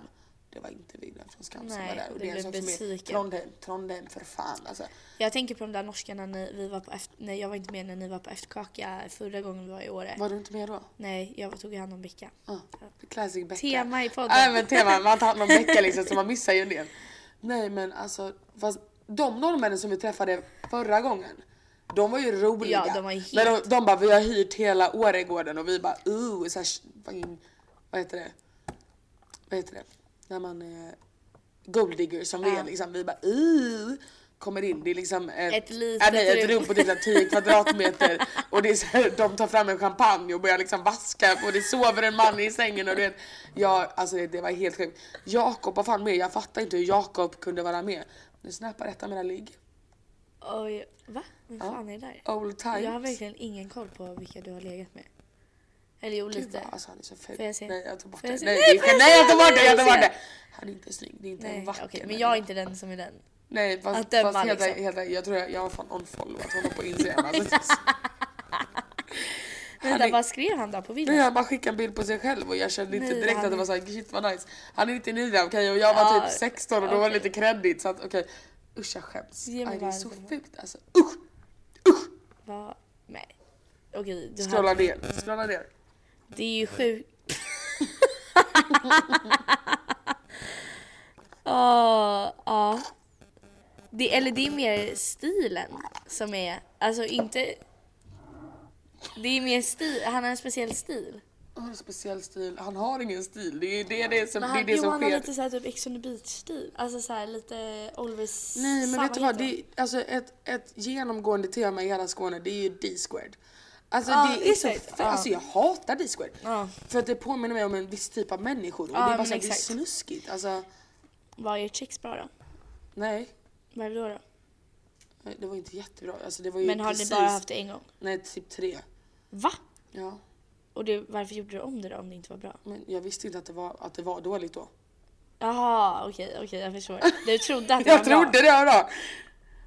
[SPEAKER 1] Det var inte William från Skam som
[SPEAKER 2] Nej,
[SPEAKER 1] var där. Och
[SPEAKER 2] du
[SPEAKER 1] det är en
[SPEAKER 2] blev
[SPEAKER 1] sak som är
[SPEAKER 2] besviken.
[SPEAKER 1] Trondheim, Trondheim för fan alltså.
[SPEAKER 2] Jag tänker på de där norskarna när vi var på efter, nej, jag var inte med när ni var på efterkaka förra gången vi var i Åre.
[SPEAKER 1] Var du inte med då?
[SPEAKER 2] Nej, jag tog hand om Bicka.
[SPEAKER 1] Ja, classic Becka.
[SPEAKER 2] Tema i podden.
[SPEAKER 1] Nej men tema, man tar hand om Becka liksom så man missar ju en del. Nej men alltså, fast de norrmännen som vi träffade förra gången, de var ju roliga.
[SPEAKER 2] Ja, de var ju helt-
[SPEAKER 1] Men de, de bara, vi har hyrt hela Åregården och vi bara, ooh, så här, sh- fucking, vad heter det? Vad heter det? När man eh, är golddigger som vi
[SPEAKER 2] Ja.
[SPEAKER 1] är liksom, vi bara, ooh. Kommer in, det är liksom ett,
[SPEAKER 2] Ett litet
[SPEAKER 1] äh, nej, ett
[SPEAKER 2] rum.
[SPEAKER 1] rum på typ så här 10 kvadratmeter och det är så här, de tar fram en champagne och börjar liksom vaska och det sover en man i sängen och du vet. Jag, alltså det, det var helt sjukt. Jakob var fan med, jag fattar inte hur Jakob kunde vara med. Nu snappar ett av mina ligg.
[SPEAKER 2] Oj, va? Vem fan är det där?
[SPEAKER 1] Old times.
[SPEAKER 2] Jag har verkligen ingen koll på vilka du har legat med. Eller jo,
[SPEAKER 1] Gud vad,
[SPEAKER 2] lite.
[SPEAKER 1] alltså han är så ful.
[SPEAKER 2] Får jag se?
[SPEAKER 1] Nej jag tar bort
[SPEAKER 2] Får jag
[SPEAKER 1] det.
[SPEAKER 2] se?
[SPEAKER 1] Nej,
[SPEAKER 2] Nej,
[SPEAKER 1] det
[SPEAKER 2] får jag
[SPEAKER 1] är- nej jag tar bort det, jag tar
[SPEAKER 2] se?
[SPEAKER 1] bort det. Han är inte snygg, det är inte en
[SPEAKER 2] Nej,
[SPEAKER 1] vacker
[SPEAKER 2] okej, men
[SPEAKER 1] människa.
[SPEAKER 2] jag är inte den som är den.
[SPEAKER 1] Nej fast,
[SPEAKER 2] Att döma,
[SPEAKER 1] fast helt,
[SPEAKER 2] liksom.
[SPEAKER 1] helt, jag tror jag, jag var fan unfollowat honom på Instagram. Alltså,
[SPEAKER 2] Vänta,
[SPEAKER 1] är-
[SPEAKER 2] vad skrev han då på
[SPEAKER 1] Nej,
[SPEAKER 2] bilden?
[SPEAKER 1] han bara skickade en bild på sig själv och jag kände inte
[SPEAKER 2] Nej,
[SPEAKER 1] direkt
[SPEAKER 2] han
[SPEAKER 1] att det
[SPEAKER 2] är-
[SPEAKER 1] var såhär shit vad nice. Han är 99 okej och jag var
[SPEAKER 2] Ja,
[SPEAKER 1] typ 16 och då var det
[SPEAKER 2] okej.
[SPEAKER 1] lite kredit så att okej. Usch jag skäms.
[SPEAKER 2] Ge mig
[SPEAKER 1] Aj, det är
[SPEAKER 2] bara
[SPEAKER 1] så
[SPEAKER 2] en
[SPEAKER 1] fult alltså. Usch!
[SPEAKER 2] Vad? Nej. Okej, du
[SPEAKER 1] Scrolla
[SPEAKER 2] har...
[SPEAKER 1] ner, scrolla ner.
[SPEAKER 2] det är ju sjukt. Åh, ja. Det, eller det är mer stilen som är, alltså inte... Det är mer stil, han har en speciell stil.
[SPEAKER 1] Han har en speciell stil, han har ingen stil. Det är det, det, är som,
[SPEAKER 2] Men
[SPEAKER 1] det, är
[SPEAKER 2] han,
[SPEAKER 1] det
[SPEAKER 2] jo,
[SPEAKER 1] som
[SPEAKER 2] han har
[SPEAKER 1] sker.
[SPEAKER 2] lite såhär typ Ex on the beach-stil. Alltså såhär lite Oliver
[SPEAKER 1] Nej men vet du vad, det är, alltså ett, ett genomgående tema i hela Skåne det är ju D-squared. Alltså
[SPEAKER 2] Ja,
[SPEAKER 1] det är så,
[SPEAKER 2] exakt.
[SPEAKER 1] för,
[SPEAKER 2] Ja.
[SPEAKER 1] alltså jag hatar D-squared.
[SPEAKER 2] Ja.
[SPEAKER 1] För att det påminner mig om en viss typ av människor och
[SPEAKER 2] Ja,
[SPEAKER 1] det är bara
[SPEAKER 2] men
[SPEAKER 1] så här, det är
[SPEAKER 2] exakt.
[SPEAKER 1] snuskigt. Alltså
[SPEAKER 2] Var är chicks bra då?
[SPEAKER 1] nej.
[SPEAKER 2] Vad är det då? då?
[SPEAKER 1] Det var inte jättebra. Alltså det var ju
[SPEAKER 2] Men har
[SPEAKER 1] precis...
[SPEAKER 2] ni bara haft det en gång?
[SPEAKER 1] Nej, typ tre.
[SPEAKER 2] Va?
[SPEAKER 1] Ja,
[SPEAKER 2] Och du, varför gjorde du om det då om det inte var bra?
[SPEAKER 1] men jag visste inte att det var, att det var dåligt då.
[SPEAKER 2] Jaha, okej, okej jag förstår. Du trodde att det
[SPEAKER 1] Jag
[SPEAKER 2] var
[SPEAKER 1] trodde
[SPEAKER 2] bra?
[SPEAKER 1] det då!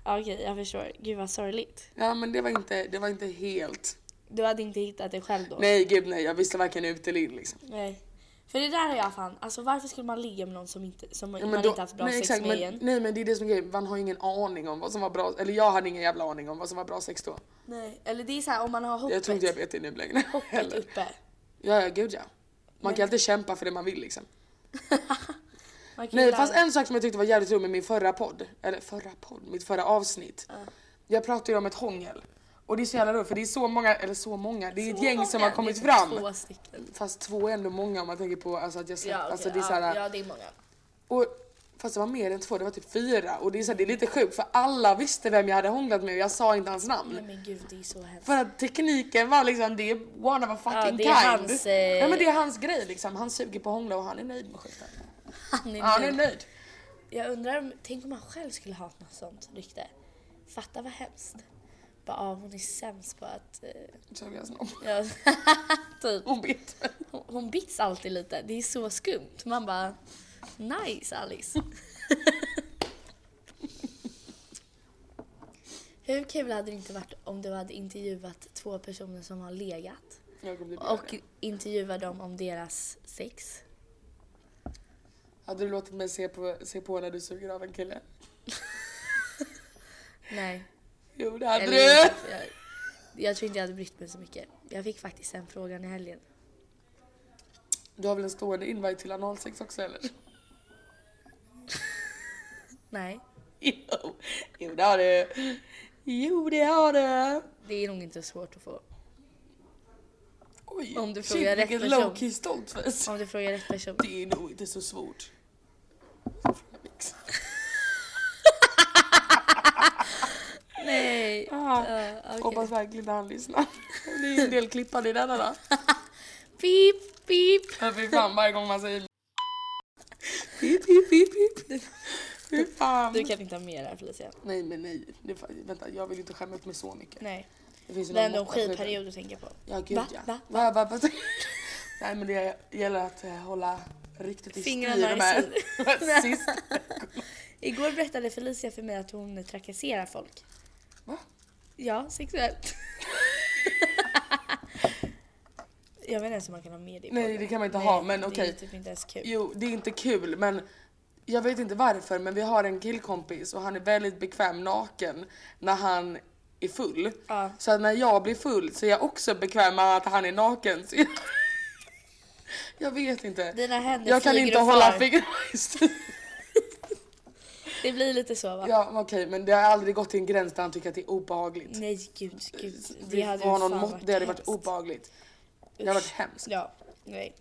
[SPEAKER 2] Ja, Okej, jag förstår. Gud vad sorgligt.
[SPEAKER 1] Ja men det var inte, det var inte helt...
[SPEAKER 2] Du hade inte hittat det själv då?
[SPEAKER 1] Nej gud nej, jag visste varken ut eller in liksom.
[SPEAKER 2] Nej. För det där har jag fan, alltså varför skulle man ligga med någon som, inte, som
[SPEAKER 1] Ja, men
[SPEAKER 2] man
[SPEAKER 1] då-
[SPEAKER 2] inte haft bra
[SPEAKER 1] nej,
[SPEAKER 2] sex
[SPEAKER 1] exakt,
[SPEAKER 2] med
[SPEAKER 1] men,
[SPEAKER 2] igen?
[SPEAKER 1] Nej men det är det som är grejen, man har ingen aning om vad som var bra, eller jag hade ingen jävla aning om vad som var bra sex då.
[SPEAKER 2] Nej. Eller det är såhär om man har hoppet,
[SPEAKER 1] Jag tror inte jag vet det nu längre.
[SPEAKER 2] hoppet
[SPEAKER 1] Heller.
[SPEAKER 2] uppe.
[SPEAKER 1] Ja ja gud ja. Man kan alltid kämpa för det man vill liksom.
[SPEAKER 2] Man kan
[SPEAKER 1] Nej
[SPEAKER 2] ju
[SPEAKER 1] fast
[SPEAKER 2] lära-
[SPEAKER 1] en sak som jag tyckte var jävligt rolig med min förra podd, eller förra podd, mitt förra avsnitt. Jag pratade ju om ett hångel. Och det är så jävla roligt för det är så många, eller så många, det är ett
[SPEAKER 2] Så
[SPEAKER 1] gäng som har
[SPEAKER 2] många.
[SPEAKER 1] kommit
[SPEAKER 2] Det är
[SPEAKER 1] fram.
[SPEAKER 2] typ Två stycken.
[SPEAKER 1] Fast två är ändå många om man tänker på alltså, att jag släppt,
[SPEAKER 2] Ja, okej,
[SPEAKER 1] alltså det är så här,
[SPEAKER 2] ja, ja, det är många.
[SPEAKER 1] och Fast det var mer än två, det var typ fyra. Och det är, så här, det är lite sjukt för alla visste vem jag hade hånglat med och jag sa inte hans namn.
[SPEAKER 2] Nej men gud, det är så hemskt.
[SPEAKER 1] För att tekniken var liksom, det är one of a fucking
[SPEAKER 2] Ja, det är
[SPEAKER 1] kind.
[SPEAKER 2] hans, eh,
[SPEAKER 1] Nej men det är hans grej liksom, han suger på att hångla och han är nöjd med skiten.
[SPEAKER 2] Han är
[SPEAKER 1] Ja, han är
[SPEAKER 2] nöjd.
[SPEAKER 1] nöjd.
[SPEAKER 2] Jag undrar, om, tänk om han själv skulle ha något sånt rykte. Fatta vad hemskt. Bara, ah, hon är sämst på att... eh,
[SPEAKER 1] Suger jag snopp.
[SPEAKER 2] ja, typ.
[SPEAKER 1] Hon bet mig.
[SPEAKER 2] Hon, hon bits alltid lite. Det är så skumt. Man bara, nice Alice. Hur kul hade det inte varit om du hade intervjuat två personer som har legat
[SPEAKER 1] Jag kommer bli
[SPEAKER 2] och
[SPEAKER 1] och...
[SPEAKER 2] intervjuat dem om deras sex?
[SPEAKER 1] Hade du låtit mig se på, se på när du suger av en kille?
[SPEAKER 2] Nej.
[SPEAKER 1] Jo det hade
[SPEAKER 2] Eller
[SPEAKER 1] du!
[SPEAKER 2] inte, för jag, jag tror inte jag hade brytt mig så mycket. Jag fick faktiskt den frågan i helgen.
[SPEAKER 1] Du har väl en stående invite till analsex också eller?
[SPEAKER 2] Nej,
[SPEAKER 1] Jo, jo det har du. Jo det har du.
[SPEAKER 2] det är nog inte svårt att få.
[SPEAKER 1] Oj,
[SPEAKER 2] Om du
[SPEAKER 1] shit,
[SPEAKER 2] frågar rätt
[SPEAKER 1] vilket
[SPEAKER 2] person.
[SPEAKER 1] low key stolt face.
[SPEAKER 2] Om du frågar rätt person.
[SPEAKER 1] Det är nog inte så svårt.
[SPEAKER 2] Nej.
[SPEAKER 1] Ah,
[SPEAKER 2] Ja, okej.
[SPEAKER 1] Hoppas verkligen inte han lyssnar. Det är en del klippade i denna då.
[SPEAKER 2] Pip, pip.
[SPEAKER 1] Ja, Fy fan varje gång man säger pip, pip, pip, pip. Fy fan.
[SPEAKER 2] Du kan inte ha med det här Felicia.
[SPEAKER 1] Nej men nej. Det, är fan- vänta jag vill inte skämma ut mig så mycket.
[SPEAKER 2] Nej.
[SPEAKER 1] Det finns ju
[SPEAKER 2] Det är ändå en
[SPEAKER 1] någon måtta på
[SPEAKER 2] skidperiod du tänker på.
[SPEAKER 1] Ja gud
[SPEAKER 2] Va?
[SPEAKER 1] ja.
[SPEAKER 2] Va?
[SPEAKER 1] Va? Va? Va? Nej men det gäller att eh, hålla riktigt i
[SPEAKER 2] Fingrarna
[SPEAKER 1] styr
[SPEAKER 2] i
[SPEAKER 1] de här sista.
[SPEAKER 2] Igår berättade Felicia för mig att hon trakasserar folk.
[SPEAKER 1] Va?
[SPEAKER 2] Ja, sexuellt. Jag vet inte ens om man kan ha med det i
[SPEAKER 1] Nej,
[SPEAKER 2] podden.
[SPEAKER 1] det kan man inte ha, men
[SPEAKER 2] Det är ju
[SPEAKER 1] okej.
[SPEAKER 2] typ inte ens kul.
[SPEAKER 1] Jo det är inte kul men jag vet inte varför men vi har en killkompis och han är väldigt bekväm naken när han är full.
[SPEAKER 2] Ja.
[SPEAKER 1] Så att när jag blir full så är jag också bekväm med att han är naken. Så jag, jag vet inte.
[SPEAKER 2] Dina händer
[SPEAKER 1] jag kan
[SPEAKER 2] flyger
[SPEAKER 1] inte
[SPEAKER 2] och
[SPEAKER 1] hålla
[SPEAKER 2] far.
[SPEAKER 1] fingrarna i styr.
[SPEAKER 2] Det blir lite så va?
[SPEAKER 1] Ja okej men det har aldrig gått till en gräns där han tycker att det är obehagligt.
[SPEAKER 2] Nej gud, gud.
[SPEAKER 1] Vi
[SPEAKER 2] Det hade
[SPEAKER 1] får ha
[SPEAKER 2] ju
[SPEAKER 1] någon
[SPEAKER 2] fan
[SPEAKER 1] mått, det hade varit
[SPEAKER 2] hemskt.
[SPEAKER 1] obehagligt. Det hade varit
[SPEAKER 2] Usch.
[SPEAKER 1] hemskt.
[SPEAKER 2] Ja, nej.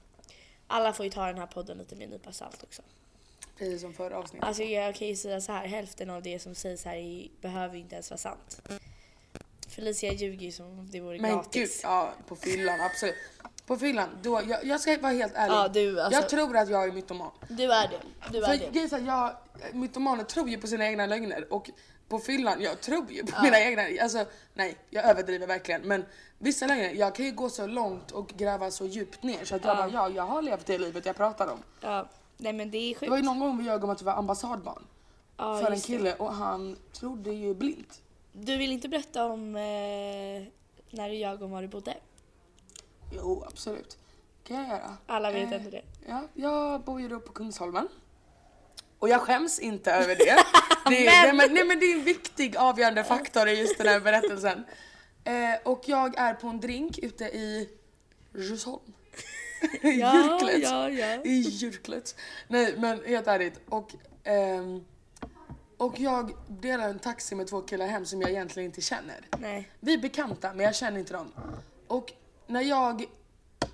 [SPEAKER 2] Alla får ju ta den här podden lite med en nypa salt också.
[SPEAKER 1] Precis som förra avsnittet.
[SPEAKER 2] Alltså jag kan ju säga så här, hälften av det som sägs här i, behöver ju inte ens vara sant. Felicia ljuger ju som om det vore
[SPEAKER 1] Men gud,
[SPEAKER 2] gratis.
[SPEAKER 1] ja på fyllan absolut. På fyllan, då, jag, jag ska vara helt ärlig.
[SPEAKER 2] Ja, du, alltså-
[SPEAKER 1] Jag tror att jag är mytoman.
[SPEAKER 2] Du är det. Du är
[SPEAKER 1] För
[SPEAKER 2] det.
[SPEAKER 1] grejen är jag, mytomaner tror ju på sina egna lögner och på fyllan, jag tror ju på mina egna, alltså nej jag överdriver verkligen men vissa lögner, jag kan ju gå så långt och gräva så djupt ner så att jag bara ja, jag har levt det livet jag pratar om.
[SPEAKER 2] Ja. Nej men det är
[SPEAKER 1] Det
[SPEAKER 2] sjukt.
[SPEAKER 1] var ju någon gång vi ljög om att vi var ambassadbarn
[SPEAKER 2] Ja,
[SPEAKER 1] för en
[SPEAKER 2] just det.
[SPEAKER 1] kille och han trodde ju blint.
[SPEAKER 2] Du vill inte berätta om eh, när du jag och var du bodde?
[SPEAKER 1] Jo absolut, kan jag göra.
[SPEAKER 2] Alla vet ändå det.
[SPEAKER 1] Ja, jag bor ju då på Kungsholmen. Och jag skäms inte över det. det är, nej,
[SPEAKER 2] Men-
[SPEAKER 1] men, nej men det är en viktig avgörande faktor i just den här berättelsen. Eh, och jag är på en drink ute i Djursholm. I
[SPEAKER 2] Ja,
[SPEAKER 1] Djurklet.
[SPEAKER 2] ja, ja.
[SPEAKER 1] I Djurklet. Nej men helt ärligt. Och, ehm, och jag delar en taxi med två killar hem som jag egentligen inte känner.
[SPEAKER 2] Nej.
[SPEAKER 1] Vi är bekanta men jag känner inte dem. Och när jag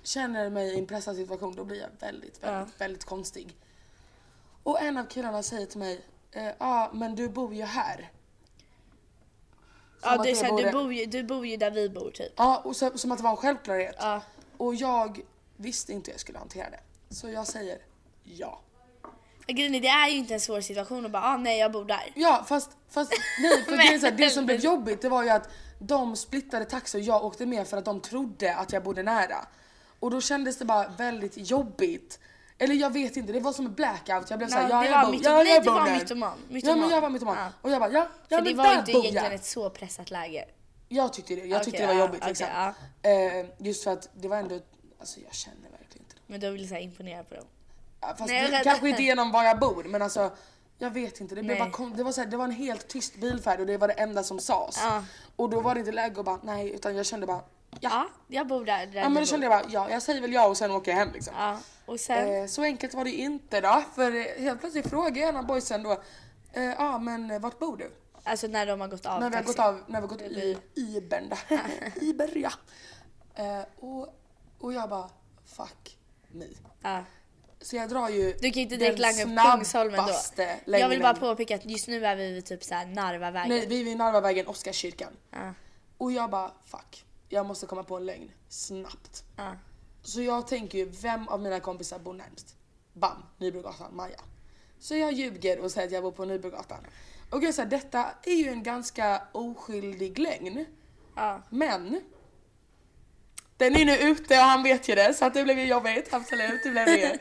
[SPEAKER 1] känner mig i en pressad situation då blir jag väldigt, väldigt, väldigt konstig. Och en av killarna säger till mig, ja eh, ah, men du bor ju här. Som
[SPEAKER 2] Ja,
[SPEAKER 1] att
[SPEAKER 2] du,
[SPEAKER 1] jag
[SPEAKER 2] så här,
[SPEAKER 1] borde-
[SPEAKER 2] du, bor ju, du bor ju där vi bor typ.
[SPEAKER 1] Ja, och så, som att det var en självklarhet.
[SPEAKER 2] Ja.
[SPEAKER 1] Och jag visste inte hur jag skulle hantera det. Så jag säger ja.
[SPEAKER 2] Grejen är, det är ju inte en svår situation att bara ah, nej jag bor där.
[SPEAKER 1] Ja fast, fast nej för
[SPEAKER 2] Men-
[SPEAKER 1] det, är så här, det som blev jobbigt det var ju att de splittade taxi och jag åkte med för att de trodde att jag bodde nära. Och då kändes det bara väldigt jobbigt. Eller jag vet inte, det var som en blackout. Jag blev såhär,
[SPEAKER 2] Ja,
[SPEAKER 1] ja,
[SPEAKER 2] det
[SPEAKER 1] jag
[SPEAKER 2] var
[SPEAKER 1] bor-
[SPEAKER 2] myto-
[SPEAKER 1] ja
[SPEAKER 2] nej,
[SPEAKER 1] jag
[SPEAKER 2] du
[SPEAKER 1] bor
[SPEAKER 2] var
[SPEAKER 1] där.
[SPEAKER 2] mytoman,
[SPEAKER 1] Ja men
[SPEAKER 2] mytoman.
[SPEAKER 1] jag var mytoman.
[SPEAKER 2] Ja.
[SPEAKER 1] Och jag bara, ja, ja
[SPEAKER 2] För det
[SPEAKER 1] men
[SPEAKER 2] var ju
[SPEAKER 1] där
[SPEAKER 2] inte
[SPEAKER 1] bor
[SPEAKER 2] egentligen
[SPEAKER 1] jag.
[SPEAKER 2] ett så pressat läge.
[SPEAKER 1] Jag tyckte det, jag tyckte det
[SPEAKER 2] Okej,
[SPEAKER 1] var
[SPEAKER 2] ja,
[SPEAKER 1] jobbigt
[SPEAKER 2] okej,
[SPEAKER 1] liksom.
[SPEAKER 2] ja.
[SPEAKER 1] Eh, just för att det var ändå, alltså jag känner verkligen inte dem.
[SPEAKER 2] Men då vill jag så här, imponera på dem.
[SPEAKER 1] Ja, Fast
[SPEAKER 2] Nej, jag
[SPEAKER 1] det,
[SPEAKER 2] vet-
[SPEAKER 1] kanske inte genom var jag bor men alltså jag vet inte, det, blev
[SPEAKER 2] Nej.
[SPEAKER 1] bara kon- det, var så här, det var en helt tyst bilfärd och det var det enda som sades.
[SPEAKER 2] Ja.
[SPEAKER 1] Och då var det inte läge att bara nej utan jag kände bara ja.
[SPEAKER 2] Ja, jag bor där. där
[SPEAKER 1] ja men då
[SPEAKER 2] du bor.
[SPEAKER 1] kände jag bara ja jag säger väl ja och sen åker jag hem liksom.
[SPEAKER 2] Ja, och sen.
[SPEAKER 1] Eh, så enkelt var det ju inte då för eh, helt plötsligt frågade jag en av boysen då eh, ja men eh, vart bor du?
[SPEAKER 2] Alltså när de har gått av
[SPEAKER 1] när vi har
[SPEAKER 2] taxin.
[SPEAKER 1] gått av, när vi har gått i
[SPEAKER 2] Eller-
[SPEAKER 1] Ibern där. Iber ja. Eh, och, och jag bara fuck me.
[SPEAKER 2] Ja.
[SPEAKER 1] Så jag drar ju
[SPEAKER 2] Du kan ju inte direkt
[SPEAKER 1] den
[SPEAKER 2] langa upp Kungsholmen då.
[SPEAKER 1] snabbaste
[SPEAKER 2] Jag vill bara
[SPEAKER 1] längden.
[SPEAKER 2] påpeka att just nu är vi vid typ såhär Narvavägen.
[SPEAKER 1] Nej, vi är vid Narvavägen, Oscarskyrkan.
[SPEAKER 2] Ja,
[SPEAKER 1] Och jag bara fuck, jag måste komma på en lögn snabbt.
[SPEAKER 2] ja.
[SPEAKER 1] Så jag tänker ju, vem av mina kompisar bor närmst? Bam, Nybrogatan, Maja. Så jag ljuger och säger att jag bor på Nybrogatan. Och jag säger detta är ju en ganska oskyldig lögn.
[SPEAKER 2] ja.
[SPEAKER 1] Men den är nu ute och han vet ju det så att det blev ju jobbigt, absolut det blev det.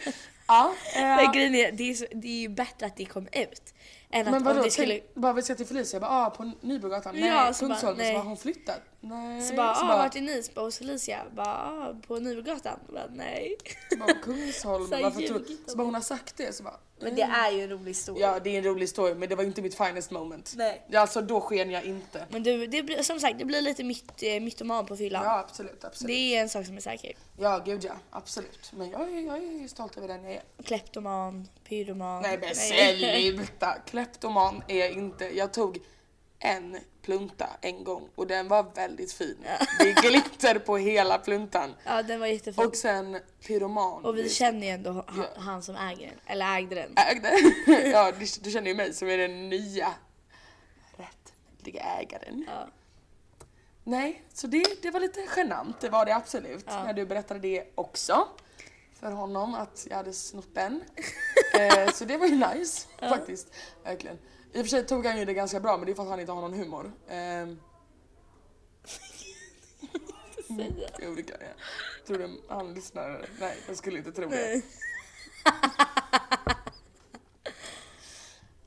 [SPEAKER 1] Ja, eh,
[SPEAKER 2] Men grejen är, det är, så, det är ju bättre att det kom ut. Än
[SPEAKER 1] men
[SPEAKER 2] att om
[SPEAKER 1] vadå,
[SPEAKER 2] det skulle...
[SPEAKER 1] tänk, bara vi ska till Felicia, jag bara ah, på Nybrogatan, nej,
[SPEAKER 2] Ja, så bara,
[SPEAKER 1] Kungsholmen, så bara,
[SPEAKER 2] nej.
[SPEAKER 1] har hon flyttat? Nej.
[SPEAKER 2] Så bara, ah, vart är ni? Så bara, hos Felicia? Bara, ah, på Nybrogatan? Jag Bara, nej.
[SPEAKER 1] Bara Kungsholm,
[SPEAKER 2] Så här
[SPEAKER 1] varför
[SPEAKER 2] ljugit
[SPEAKER 1] tror
[SPEAKER 2] om
[SPEAKER 1] Så bara hon har sagt det, så bara...
[SPEAKER 2] Men det är ju en rolig historia.
[SPEAKER 1] Ja det är en rolig story men det var ju inte mitt finest moment.
[SPEAKER 2] Nej.
[SPEAKER 1] Ja, Alltså då sken jag inte.
[SPEAKER 2] Men du, det blir, som sagt, det blir lite mitt, eh, mytoman på fyllan.
[SPEAKER 1] Ja absolut, absolut.
[SPEAKER 2] Det är en sak som är säker.
[SPEAKER 1] Ja gud ja, absolut. Men jag är, jag är stolt över den jag är.
[SPEAKER 2] Kleptoman, pyroman.
[SPEAKER 1] Nej men sluta! Kleptoman är inte, jag tog en plunta en gång och den var väldigt fin. Det är glitter på hela pluntan.
[SPEAKER 2] Ja, den var jättefin.
[SPEAKER 1] Och sen pyroman.
[SPEAKER 2] Och vi känner ju ändå han, han som äger den, eller ägde den.
[SPEAKER 1] ägde. Ja, du, du känner ju mig som är den nya rättmätiga ägaren.
[SPEAKER 2] Ja.
[SPEAKER 1] Nej, så det, det var lite genant, det var det absolut.
[SPEAKER 2] Ja.
[SPEAKER 1] När du berättade det också. För honom att jag hade snott den. eh, så det var ju nice faktiskt. Verkligen. I och för sig tog han ju det ganska bra men det är för att han inte har någon humor. Ehm,
[SPEAKER 2] Säga.
[SPEAKER 1] jo det kan jag. Tror du han lyssnar? Nej jag skulle inte tro det.
[SPEAKER 2] Nej.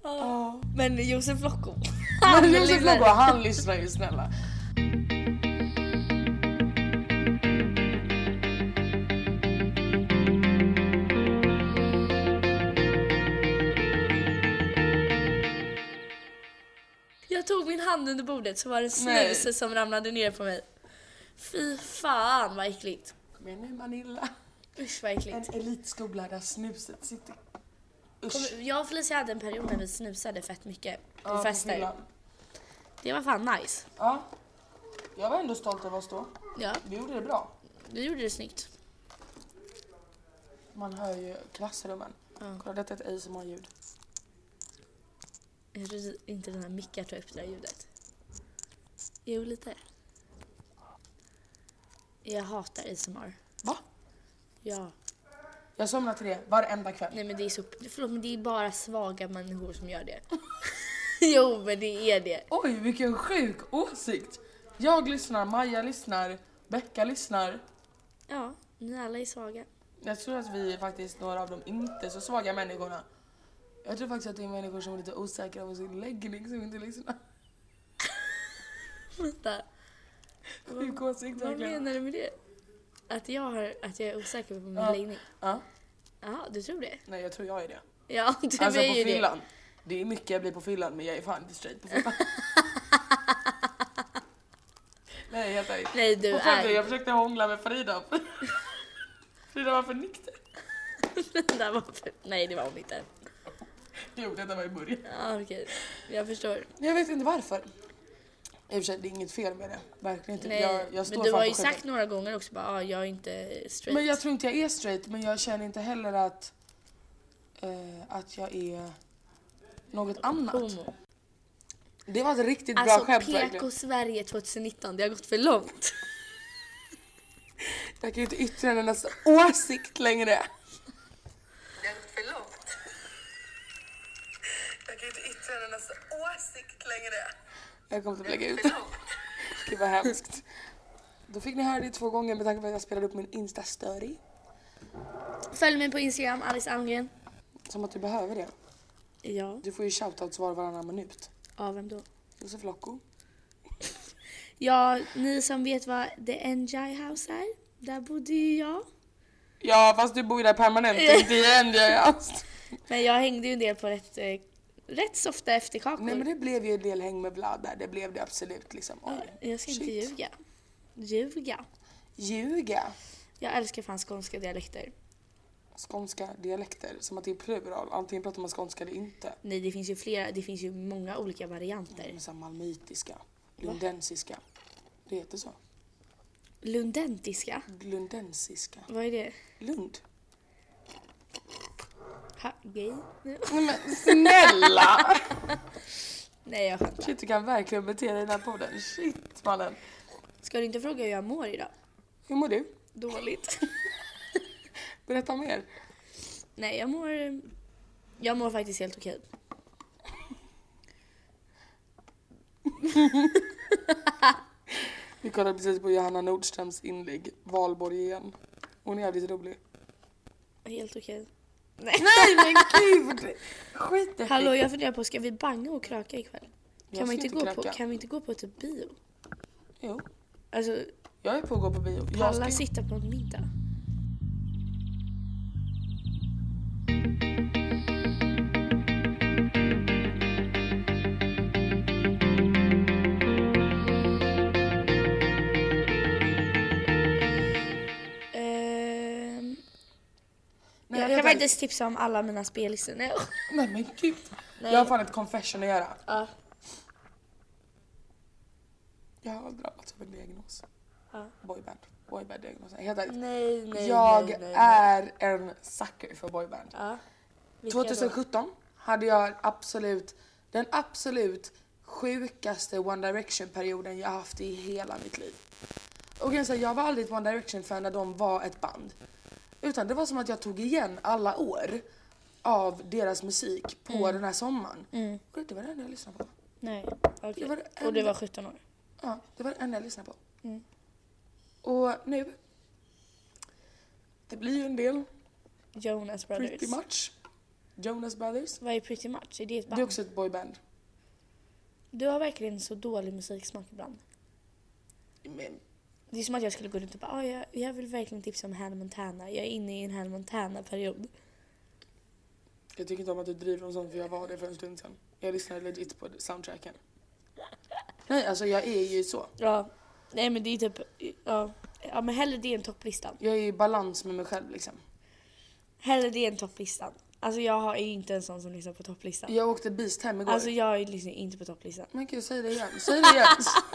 [SPEAKER 2] Ja.
[SPEAKER 1] Ja.
[SPEAKER 2] Men Josef Locko.
[SPEAKER 1] Men
[SPEAKER 2] är
[SPEAKER 1] Josef
[SPEAKER 2] lyssnare.
[SPEAKER 1] Lobbo, han lyssnar ju snälla.
[SPEAKER 2] Jag tog min hand under bordet så var det
[SPEAKER 1] Nej.
[SPEAKER 2] snus som ramlade ner på mig. Fy fan vad äckligt.
[SPEAKER 1] Men i Manilla.
[SPEAKER 2] Usch vad äckligt.
[SPEAKER 1] En elitskola där snuset sitter. Usch.
[SPEAKER 2] Kommer- Jag och Felicia hade en period när vi snusade fett mycket på
[SPEAKER 1] Ja, på
[SPEAKER 2] fester.
[SPEAKER 1] fyllan.
[SPEAKER 2] Det var fan nice.
[SPEAKER 1] Ja. Jag var ändå stolt över oss då.
[SPEAKER 2] Ja,
[SPEAKER 1] Vi gjorde det bra.
[SPEAKER 2] du gjorde det snyggt.
[SPEAKER 1] Man hör ju klassrummen.
[SPEAKER 2] Ja.
[SPEAKER 1] Kolla, detta är ett ASMR-ljud.
[SPEAKER 2] Jag tror inte den här micken tar upp det där ljudet. Jo, lite. Jag hatar ASMR.
[SPEAKER 1] Va?
[SPEAKER 2] Ja.
[SPEAKER 1] Jag somnar till det varenda kväll.
[SPEAKER 2] Nej men det är så... Förlåt men det är bara svaga människor som gör det. jo men det är det.
[SPEAKER 1] Oj, vilken sjuk åsikt! Jag lyssnar, Maja lyssnar, Becka lyssnar.
[SPEAKER 2] Ja, ni alla är svaga.
[SPEAKER 1] Jag tror att vi är faktiskt några av de inte så svaga människorna. Jag tror faktiskt att det är människor som är lite osäkra på sin läggning som inte lyssnar.
[SPEAKER 2] Vänta,
[SPEAKER 1] Sjuk åsikt
[SPEAKER 2] vad
[SPEAKER 1] verkligen.
[SPEAKER 2] menar du med det? Att jag, har, att jag är osäker på min
[SPEAKER 1] Ja.
[SPEAKER 2] läggning?
[SPEAKER 1] Ja,
[SPEAKER 2] Jaha, du tror det?
[SPEAKER 1] nej jag tror jag är det.
[SPEAKER 2] Ja, du
[SPEAKER 1] Alltså
[SPEAKER 2] är
[SPEAKER 1] på
[SPEAKER 2] ju det.
[SPEAKER 1] fyllan. Det är mycket jag blir på fyllan men jag är fan inte straight på fyllan. nej helt ärligt.
[SPEAKER 2] Nej du
[SPEAKER 1] På Fender,
[SPEAKER 2] är...
[SPEAKER 1] jag försökte hångla med Frida. Frida varför nykter?
[SPEAKER 2] Den där var för... Nej det var hon inte.
[SPEAKER 1] Jo, detta var i början.
[SPEAKER 2] Ja okej, jag förstår.
[SPEAKER 1] Jag vet inte varför. I och för sig, det är inget fel med det. Verkligen inte.
[SPEAKER 2] Nej,
[SPEAKER 1] typ, jag, jag står
[SPEAKER 2] men du
[SPEAKER 1] fan
[SPEAKER 2] har
[SPEAKER 1] på
[SPEAKER 2] ju
[SPEAKER 1] skiten.
[SPEAKER 2] sagt några gånger också bara ah, jag är inte straight.
[SPEAKER 1] Men jag tror inte jag är straight, men jag känner inte heller att, eh, att jag är något annat.
[SPEAKER 2] Homo.
[SPEAKER 1] Det var ett riktigt bra
[SPEAKER 2] Alltså
[SPEAKER 1] skämt verkligen.
[SPEAKER 2] PK-Sverige 2019, det har gått för långt.
[SPEAKER 1] Jag kan ju inte yttra en endast åsikt längre. Det har gått för långt. Jag kan ju inte yttra en endast åsikt längre. Jag kommer inte att lägga ut det. Gud vad hemskt. Då fick ni höra det två gånger med tanke på att jag spelade upp min Insta-story.
[SPEAKER 2] Följ mig på Instagram, Alice Almgren.
[SPEAKER 1] Som att du behöver det.
[SPEAKER 2] Ja.
[SPEAKER 1] Du får ju shoutouts var och varannan minut.
[SPEAKER 2] Ja, vem då?
[SPEAKER 1] Josef Locko.
[SPEAKER 2] Ja, ni som vet vad The Enjoy House är, där bodde ju jag.
[SPEAKER 1] Ja, fast du bor ju där permanent. Inte igen, jag är ast.
[SPEAKER 2] Men jag hängde ju en del på rätt, eh, rätt softa efterkakor.
[SPEAKER 1] Nej men det blev ju en del häng med Vlad där. Det blev det absolut liksom. Oj,
[SPEAKER 2] Jag ska inte
[SPEAKER 1] shit.
[SPEAKER 2] ljuga. Ljuga.
[SPEAKER 1] Ljuga.
[SPEAKER 2] Jag älskar fan skånska dialekter.
[SPEAKER 1] skånska dialekter som att det är plural. Antingen pratar man skånska eller inte.
[SPEAKER 2] Nej, det finns ju flera, det finns ju många olika varianter.
[SPEAKER 1] Men så här malmöitiska, lundensiska. Det heter så.
[SPEAKER 2] Lundentiska,
[SPEAKER 1] Lundensiska.
[SPEAKER 2] vad är det?
[SPEAKER 1] Lund.
[SPEAKER 2] Ha, gay?
[SPEAKER 1] Nej men snälla!
[SPEAKER 2] Nej, jag skämtar.
[SPEAKER 1] Shit du kan verkligen bete dig i den här podden. Shit mannen.
[SPEAKER 2] Ska du inte fråga hur jag mår idag?
[SPEAKER 1] Hur mår du?
[SPEAKER 2] Dåligt.
[SPEAKER 1] Berätta mer.
[SPEAKER 2] Nej, jag mår... Jag mår faktiskt helt okej.
[SPEAKER 1] Vi kollade precis på Johanna Nordströms inlägg, Valborg igen. Hon är jävligt rolig.
[SPEAKER 2] Helt okej.
[SPEAKER 1] Nej men gud! Skit i
[SPEAKER 2] Hallå, jag funderar på, ska vi banga och kröka ikväll?
[SPEAKER 1] Jag
[SPEAKER 2] Kan, man
[SPEAKER 1] ska
[SPEAKER 2] inte
[SPEAKER 1] inte
[SPEAKER 2] gå på,
[SPEAKER 1] kröka.
[SPEAKER 2] kan vi inte gå på typ bio?
[SPEAKER 1] Jo,
[SPEAKER 2] Alltså,
[SPEAKER 1] jag är på att gå på bio. Jag
[SPEAKER 2] alla
[SPEAKER 1] ska-
[SPEAKER 2] sitta på en middag. Ehm,
[SPEAKER 1] Nej,
[SPEAKER 2] jag
[SPEAKER 1] jag
[SPEAKER 2] kan
[SPEAKER 1] vet-
[SPEAKER 2] faktiskt tipsa om alla mina spellistor. Nej.
[SPEAKER 1] Nej men gud.
[SPEAKER 2] Nej.
[SPEAKER 1] Jag har fan ett confession att göra.
[SPEAKER 2] Ja.
[SPEAKER 1] Jag har drabbats av en diagnos.
[SPEAKER 2] Ja.
[SPEAKER 1] Boyband. Boyband-diagnosen. Helt ärligt.
[SPEAKER 2] Nej, nej,
[SPEAKER 1] Jag
[SPEAKER 2] nej, nej,
[SPEAKER 1] är en sucker för boyband.
[SPEAKER 2] Ja. Vilka då?
[SPEAKER 1] 2017 hade jag absolut, den absolut sjukaste One Direction-perioden jag haft i hela mitt liv. Och jag, säga, jag var aldrig ett One Direction-fan när de var ett band. Utan det var som att jag tog igen alla år av deras musik på
[SPEAKER 2] Mm.
[SPEAKER 1] den här sommaren. Och det var det enda jag lyssnade på.
[SPEAKER 2] Nej, okej.
[SPEAKER 1] Det var det
[SPEAKER 2] Och du
[SPEAKER 1] enda-
[SPEAKER 2] var 17 år.
[SPEAKER 1] Ja, det var det enda jag lyssnade på.
[SPEAKER 2] Mm.
[SPEAKER 1] Och nu... Det blir ju en del,
[SPEAKER 2] Jonas Brothers.
[SPEAKER 1] pretty much. Jonas Brothers.
[SPEAKER 2] Vad är Pretty Much? Är det ett band?
[SPEAKER 1] Det är också ett boyband.
[SPEAKER 2] Du har verkligen så dålig musiksmak ibland.
[SPEAKER 1] Men,
[SPEAKER 2] Det är som att jag skulle gå runt och bara, "Ah, jag, jag vill verkligen tipsa om Hannah Montana. Jag är inne i en Hannah Montana-period.
[SPEAKER 1] jag tycker inte om att du driver om sånt för jag var det för en stund sedan. Jag lyssnade legit på soundtracken. Nej, alltså jag är ju så.
[SPEAKER 2] Ja, nej men det är typ, ja. Ja men hellre det än topplistan.
[SPEAKER 1] Jag är i balans med mig själv liksom.
[SPEAKER 2] Hellre det än topplistan. Alltså jag har- är inte en sån som lyssnar på topplistan.
[SPEAKER 1] Jag åkte Beast hem igår.
[SPEAKER 2] Alltså jag lyssnar inte på topplistan.
[SPEAKER 1] Men gud, säg det igen. Säg det igen.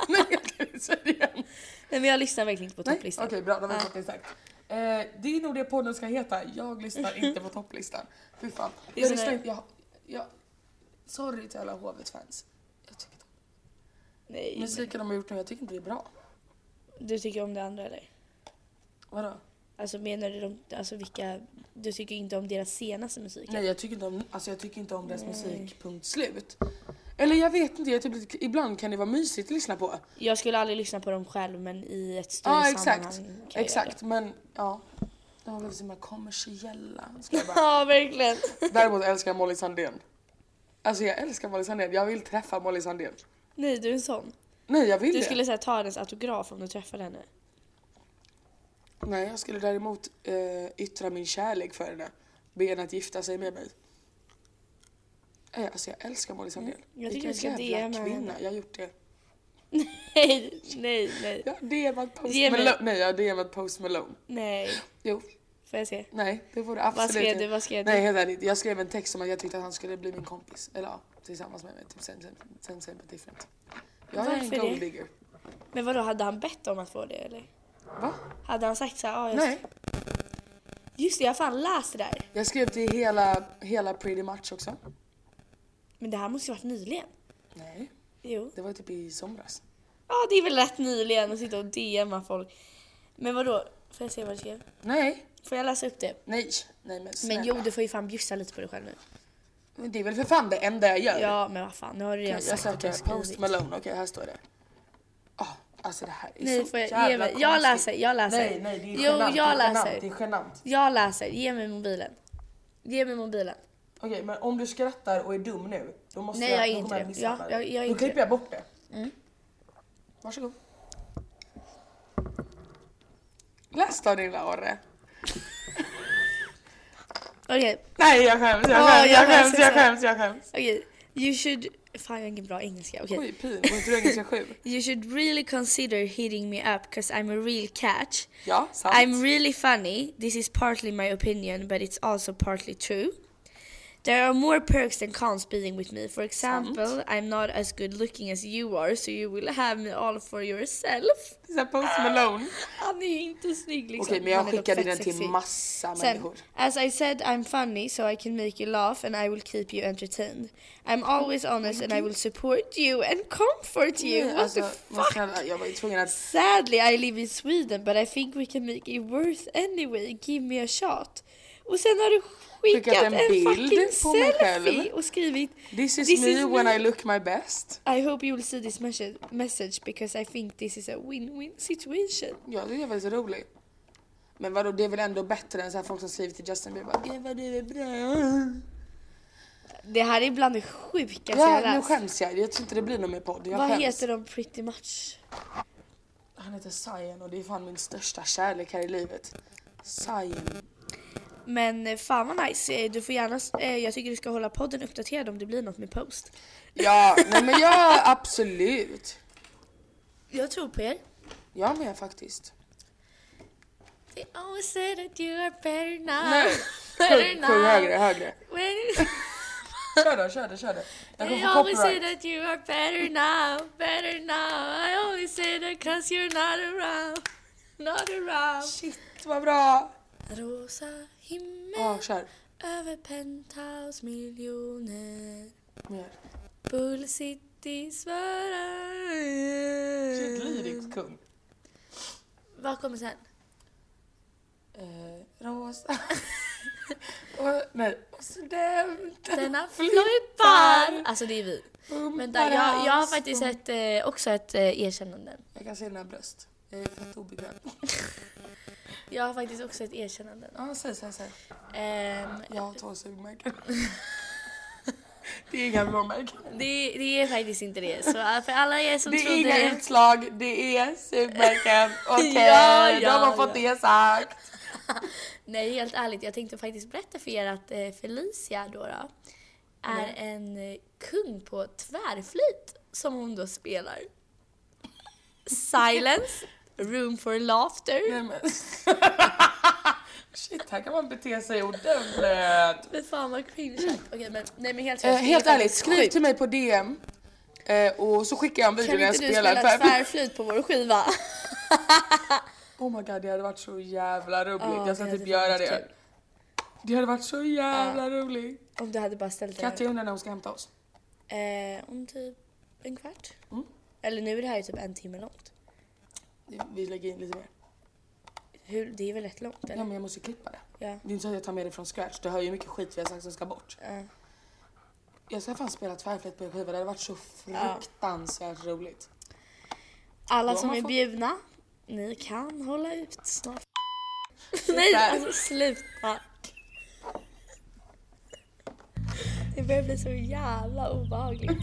[SPEAKER 1] Nej, jag kan inte säga det igen.
[SPEAKER 2] Nej men jag lyssnar verkligen inte på
[SPEAKER 1] Nej,
[SPEAKER 2] topplistan.
[SPEAKER 1] Okej, bra. Det var
[SPEAKER 2] Ja.
[SPEAKER 1] fått det sagt. Eh, det är nog det podden ska heta. Jag lyssnar inte på topplistan. Fy fan.
[SPEAKER 2] Det är
[SPEAKER 1] Jag
[SPEAKER 2] sån
[SPEAKER 1] lyssnar
[SPEAKER 2] här-
[SPEAKER 1] inte. Jag, jag, sorry till alla Hovet-fans. Jag tycker inte-
[SPEAKER 2] Nej,
[SPEAKER 1] Musiken de har gjort nu, jag tycker inte det är bra.
[SPEAKER 2] Du tycker om det andra eller?
[SPEAKER 1] Vadå?
[SPEAKER 2] Alltså menar du de, alltså vilka, du tycker inte om deras senaste musik?
[SPEAKER 1] Nej, jag tycker inte om, alltså, jag tycker inte om deras musik. Punkt slut. Eller jag vet inte. Jag typ, lite- ibland kan det vara mysigt att lyssna på.
[SPEAKER 2] Jag skulle aldrig lyssna på dem själv men i ett större
[SPEAKER 1] Ja, exakt.
[SPEAKER 2] sammanhang kan jag göra
[SPEAKER 1] Exakt, men ja. De har blivit så himla kommersiella. Ska jag
[SPEAKER 2] det.
[SPEAKER 1] bara.
[SPEAKER 2] Ja verkligen.
[SPEAKER 1] Däremot älskar jag Molly Sandén. Alltså jag älskar Molly Sandén. Jag vill träffa Molly Sandén.
[SPEAKER 2] Nej du är en sån.
[SPEAKER 1] Nej jag vill
[SPEAKER 2] Du
[SPEAKER 1] det.
[SPEAKER 2] skulle säga ta hennes autograf om du träffade henne.
[SPEAKER 1] Nej jag skulle däremot eh, yttra min kärlek för henne. Be henne att gifta sig med mig. Nej, alltså jag älskar Molly Sandén.
[SPEAKER 2] Mm. Jag tycker
[SPEAKER 1] Vilken
[SPEAKER 2] du ska
[SPEAKER 1] jävla
[SPEAKER 2] DMa
[SPEAKER 1] kvinna.
[SPEAKER 2] henne.
[SPEAKER 1] Jag har gjort det.
[SPEAKER 2] Nej, nej, nej.
[SPEAKER 1] Jag har DMat Post
[SPEAKER 2] Ge mig-
[SPEAKER 1] Malone. Nej jag har DMat Post Malone.
[SPEAKER 2] Nej.
[SPEAKER 1] Jo,
[SPEAKER 2] Får jag se?
[SPEAKER 1] nej det får du
[SPEAKER 2] Vad
[SPEAKER 1] absolut
[SPEAKER 2] skrev
[SPEAKER 1] inte.
[SPEAKER 2] du? Vad skrev
[SPEAKER 1] Nej
[SPEAKER 2] du?
[SPEAKER 1] helt ärligt, jag skrev en text om att jag tyckte att han skulle bli min kompis. Eller ja, tillsammans med mig. Typ sen, sen, sen, sen på different. Jag är en
[SPEAKER 2] Varför
[SPEAKER 1] gold
[SPEAKER 2] det?
[SPEAKER 1] digger.
[SPEAKER 2] Men vadå, hade han bett om att få det eller?
[SPEAKER 1] Va?
[SPEAKER 2] Hade han sagt så här, "Ah, jag
[SPEAKER 1] Nej.
[SPEAKER 2] Just det, jag har fan läst det där.
[SPEAKER 1] Jag skrev till hela, hela Pretty Much också.
[SPEAKER 2] Men det här måste ju varit nyligen.
[SPEAKER 1] Nej,
[SPEAKER 2] Jo.
[SPEAKER 1] det var typ i somras.
[SPEAKER 2] Ja, det är väl rätt nyligen att sitta och DMa folk. Men vadå, får jag se vad du skrev?
[SPEAKER 1] Nej,
[SPEAKER 2] Får jag läsa upp det?
[SPEAKER 1] nej, nej men snälla.
[SPEAKER 2] Men jo, du får ju fan bjussa lite på dig själv nu.
[SPEAKER 1] Men Det är väl för fan det enda jag gör.
[SPEAKER 2] Ja, men vad fan, nu har du redan
[SPEAKER 1] jag, jag
[SPEAKER 2] sagt att du
[SPEAKER 1] söker
[SPEAKER 2] har
[SPEAKER 1] Post
[SPEAKER 2] skrivit.
[SPEAKER 1] Malone, okej här står det. Ah, alltså det här är
[SPEAKER 2] Nej,
[SPEAKER 1] så
[SPEAKER 2] får jag ge
[SPEAKER 1] jävla
[SPEAKER 2] mig? Jag läser,
[SPEAKER 1] konstigt.
[SPEAKER 2] jag läser.
[SPEAKER 1] Nej, nej det är
[SPEAKER 2] jo,
[SPEAKER 1] genant.
[SPEAKER 2] jag
[SPEAKER 1] det är
[SPEAKER 2] läser.
[SPEAKER 1] Genant, det är genant.
[SPEAKER 2] Jag läser, ge mig mobilen. Ge mig mobilen.
[SPEAKER 1] Okej men om du skrattar och är dum nu, då måste
[SPEAKER 2] Nej,
[SPEAKER 1] jag,
[SPEAKER 2] jag är
[SPEAKER 1] då
[SPEAKER 2] inte
[SPEAKER 1] kommer
[SPEAKER 2] det.
[SPEAKER 1] misshandla
[SPEAKER 2] Ja,
[SPEAKER 1] dig.
[SPEAKER 2] jag- jag är
[SPEAKER 1] Då
[SPEAKER 2] inte
[SPEAKER 1] klipper
[SPEAKER 2] det. Mm.
[SPEAKER 1] jag bort det. Varsågod. Läs då din Laure.
[SPEAKER 2] Okej,
[SPEAKER 1] Nej jag skäms, jag
[SPEAKER 2] Åh,
[SPEAKER 1] skäms, jag
[SPEAKER 2] jag
[SPEAKER 1] skäms,
[SPEAKER 2] skäms,
[SPEAKER 1] jag
[SPEAKER 2] jag
[SPEAKER 1] skäms, jag skäms.
[SPEAKER 2] okej. You should... Fan, jag har ingen bra engelska. Okej.
[SPEAKER 1] Oj, pin. Var inte du engelska sju?
[SPEAKER 2] You should really consider hitting me up cause I'm a real catch.
[SPEAKER 1] Ja, sant.
[SPEAKER 2] I'm really funny. This is partly my opinion but it's also partly true. There are more perks than cons being with me. For example, I'm not as good looking as you are so you will have me all for yourself.
[SPEAKER 1] Det är så här Post Malone.
[SPEAKER 2] Han är ju inte snygg liksom.
[SPEAKER 1] Okej, men jag
[SPEAKER 2] Han är dock
[SPEAKER 1] skickade
[SPEAKER 2] fett
[SPEAKER 1] den till
[SPEAKER 2] sexig.
[SPEAKER 1] massa
[SPEAKER 2] Sen,
[SPEAKER 1] människor.
[SPEAKER 2] as I said, I'm funny so I can make you laugh and I will keep you entertained. I'm always honest and I will support you and comfort you.
[SPEAKER 1] Nej,
[SPEAKER 2] What the
[SPEAKER 1] vad
[SPEAKER 2] fuck?
[SPEAKER 1] Mm, alltså, ska jag- jag var ju tvungen att...
[SPEAKER 2] Sadly I live in Sweden but I think we can make it worth anyway. Give me a shot. Och sen har du skickat,
[SPEAKER 1] Skickat en
[SPEAKER 2] en,
[SPEAKER 1] bild
[SPEAKER 2] fucking
[SPEAKER 1] på mig
[SPEAKER 2] selfie
[SPEAKER 1] själv.
[SPEAKER 2] och skrivit
[SPEAKER 1] This is
[SPEAKER 2] This
[SPEAKER 1] me
[SPEAKER 2] is
[SPEAKER 1] when
[SPEAKER 2] me.
[SPEAKER 1] I look my best.
[SPEAKER 2] I hope you will see this message, message because I think this is a win-win situation.
[SPEAKER 1] Ja, det är väldigt roligt. Men vadå, det är väl ändå bättre än så här folk som skriver till Justin Bieber. Gud vad du är bra.
[SPEAKER 2] Det här är bland det sjukaste jag
[SPEAKER 1] Ja, nu
[SPEAKER 2] läst.
[SPEAKER 1] skäms jag. Jag tror inte det blir någon mer podd. Jag
[SPEAKER 2] Vad
[SPEAKER 1] skäms.
[SPEAKER 2] heter de pretty much?
[SPEAKER 1] Han heter Zion och det är fan min största kärlek här i livet. Zion.
[SPEAKER 2] Men eh, fan vad nice. Eh, Du får gärna, s- eh, jag tycker du ska hålla podden uppdaterad om det blir något med post.
[SPEAKER 1] Ja, nej men ja, absolut.
[SPEAKER 2] Jag tror på er.
[SPEAKER 1] Jag med faktiskt.
[SPEAKER 2] They always say that you are better now.
[SPEAKER 1] Nej,
[SPEAKER 2] Better
[SPEAKER 1] Sjung,
[SPEAKER 2] now.
[SPEAKER 1] sjung högre, högre.
[SPEAKER 2] When
[SPEAKER 1] Kör då, kör då, kör då. Jag
[SPEAKER 2] they
[SPEAKER 1] kommer få
[SPEAKER 2] always say
[SPEAKER 1] copyright.
[SPEAKER 2] that you are better now, better now. I always say that cause you're not around, not around.
[SPEAKER 1] Shit vad bra.
[SPEAKER 2] Rosa himmel
[SPEAKER 1] Ja, kör.
[SPEAKER 2] över penthouse miljoner.
[SPEAKER 1] Mer.
[SPEAKER 2] Bull city alltid svara
[SPEAKER 1] Shit, lyrics kung.
[SPEAKER 2] Vad kommer sen?
[SPEAKER 1] Eh, rosa. och, nej, och studenterna
[SPEAKER 2] Denna
[SPEAKER 1] flippar.
[SPEAKER 2] flippar! Alltså det är vi.
[SPEAKER 1] pumpar
[SPEAKER 2] Vänta, jag, jag har
[SPEAKER 1] hans
[SPEAKER 2] faktiskt
[SPEAKER 1] pump.
[SPEAKER 2] ett, eh, också ett eh, erkännande.
[SPEAKER 1] Jag kan se dina bröst. Jag är fett obekväm.
[SPEAKER 2] Jag har faktiskt också ett erkännande.
[SPEAKER 1] Ja, säg, säg, säg.
[SPEAKER 2] Ehm,
[SPEAKER 1] Jag har två sugmärken. det är inga blåmärken.
[SPEAKER 2] det, det är faktiskt inte det. Så eh, för alla er som
[SPEAKER 1] Det är
[SPEAKER 2] trodde...
[SPEAKER 1] inga utslag, det är sugmärken. Okej,
[SPEAKER 2] Ja, ja,
[SPEAKER 1] de har fått det sagt.
[SPEAKER 2] Nej, helt ärligt. Jag tänkte faktiskt berätta för er att eh, Felicia då, då är en eh, kung på tvärflyt som hon då spelar. Silence, room for laughter.
[SPEAKER 1] Nej, men. Shit, här kan man bete sig ordentligt.
[SPEAKER 2] Men fan vad cringe. Okej, men, nej, men helt,
[SPEAKER 1] Eh,
[SPEAKER 2] seriöst,
[SPEAKER 1] helt
[SPEAKER 2] det är
[SPEAKER 1] ärligt,
[SPEAKER 2] faktiskt
[SPEAKER 1] skriv
[SPEAKER 2] sjukt.
[SPEAKER 1] till mig på DM eh, och så skickar jag en video
[SPEAKER 2] Kan
[SPEAKER 1] när jag
[SPEAKER 2] inte du
[SPEAKER 1] spelar.
[SPEAKER 2] spela
[SPEAKER 1] För-
[SPEAKER 2] tvärflyt på vår skiva?
[SPEAKER 1] Oh my god, det hade varit så jävla roligt.
[SPEAKER 2] Ja,
[SPEAKER 1] jag ska
[SPEAKER 2] det
[SPEAKER 1] typ
[SPEAKER 2] hade
[SPEAKER 1] göra
[SPEAKER 2] varit
[SPEAKER 1] det.
[SPEAKER 2] kul.
[SPEAKER 1] Det hade varit så jävla roligt.
[SPEAKER 2] Om du hade bara ställt den.
[SPEAKER 1] Katja undrar när hon ska hämta oss.
[SPEAKER 2] Eh, om typ en kvart.
[SPEAKER 1] Mm.
[SPEAKER 2] Eller nu är det här ju typ en timme långt.
[SPEAKER 1] Det- Vi lägger in lite mer.
[SPEAKER 2] Hur, det är väl rätt långt
[SPEAKER 1] Ja,
[SPEAKER 2] eller?
[SPEAKER 1] men jag måste klippa det.
[SPEAKER 2] Ja.
[SPEAKER 1] Det är inte så att jag tar med det från scratch. Det har ju mycket skit vi har sagt som ska bort.
[SPEAKER 2] Ja.
[SPEAKER 1] Jag ska fan spela tvärflätt på en skiva. Det hade varit så fruktansvärt roligt.
[SPEAKER 2] Alla
[SPEAKER 1] Då har
[SPEAKER 2] som
[SPEAKER 1] man
[SPEAKER 2] är
[SPEAKER 1] fått-
[SPEAKER 2] bjudna, ni kan hålla ut snart. Nej,
[SPEAKER 1] där.
[SPEAKER 2] alltså sluta. Det börjar bli så jävla obehagligt.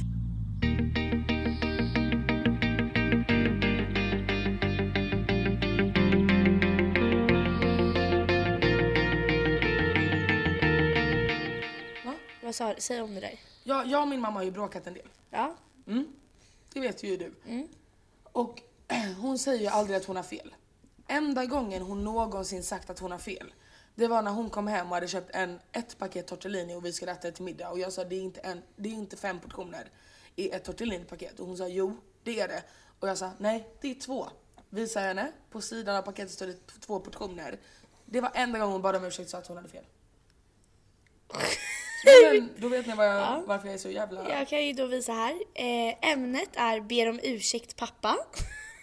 [SPEAKER 1] Va?
[SPEAKER 2] Vad sa du? Säg om det där.
[SPEAKER 1] Jag, jag och min mamma har ju bråkat en del.
[SPEAKER 2] Ja.
[SPEAKER 1] Mm. Det vet ju du. Och hon säger ju aldrig att hon har fel. Enda gången hon någonsin sagt att hon har fel, det var när hon kom hem och hade köpt en, ett paket tortellini och vi skulle äta det till middag. Och jag sa det är inte, en, det är inte fem portioner i ett tortellinipaket. Och hon sa jo, det är det. Och jag sa nej, det är två. Visar henne, på sidan av paketet står det två portioner. Det var enda gången hon bad om ursäkt och sa att hon hade fel. Men då vet ni vad jag,
[SPEAKER 2] Ja.
[SPEAKER 1] varför jag är så jävla...
[SPEAKER 2] Jag kan ju då visa här. Eh, ämnet är ber om ursäkt pappa.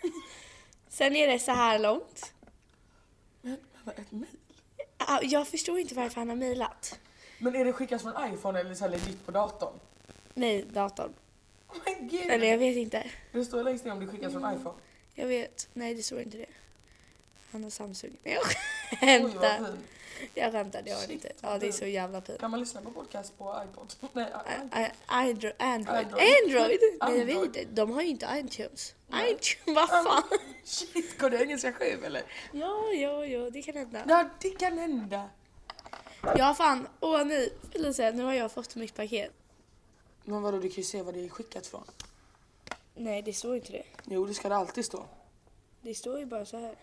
[SPEAKER 2] Sen är det så här långt.
[SPEAKER 1] Men, men ett mejl?
[SPEAKER 2] Ah, Jag förstår inte varför han har mejlat.
[SPEAKER 1] Men är det skickas från iPhone eller så här legit på datorn?
[SPEAKER 2] Nej, datorn.
[SPEAKER 1] Oh my god!
[SPEAKER 2] Eller jag vet inte.
[SPEAKER 1] Det står längst ner om det skickas från iPhone.
[SPEAKER 2] Jag vet. Nej, det står inte det. Han har Samsung. Nej, Jag
[SPEAKER 1] Oj vad
[SPEAKER 2] skämtar.
[SPEAKER 1] fint.
[SPEAKER 2] Jag skämtar, det har han
[SPEAKER 1] Shit,
[SPEAKER 2] inte.
[SPEAKER 1] vad
[SPEAKER 2] Ja, det är
[SPEAKER 1] fint.
[SPEAKER 2] så jävla pinsamt.
[SPEAKER 1] Kan man lyssna på podcast på iPod? Nej, ah, iPod.
[SPEAKER 2] Ä- ä- Andro- Android.
[SPEAKER 1] Android.
[SPEAKER 2] Android? Nej, jag vet
[SPEAKER 1] Android.
[SPEAKER 2] inte. De har ju inte iTunes. iTunes, vad fan?
[SPEAKER 1] Shit, går det engelska sju eller?
[SPEAKER 2] Ja, ja, ja, det kan hända.
[SPEAKER 1] Ja, det kan hända.
[SPEAKER 2] Ja, fan. Åh nej, Felicia, nu har jag fått mitt paket.
[SPEAKER 1] Men vadå, du kan ju se vad det är skickat från.
[SPEAKER 2] Nej, det står inte det.
[SPEAKER 1] Jo, det ska det alltid stå.
[SPEAKER 2] Det står ju bara så här.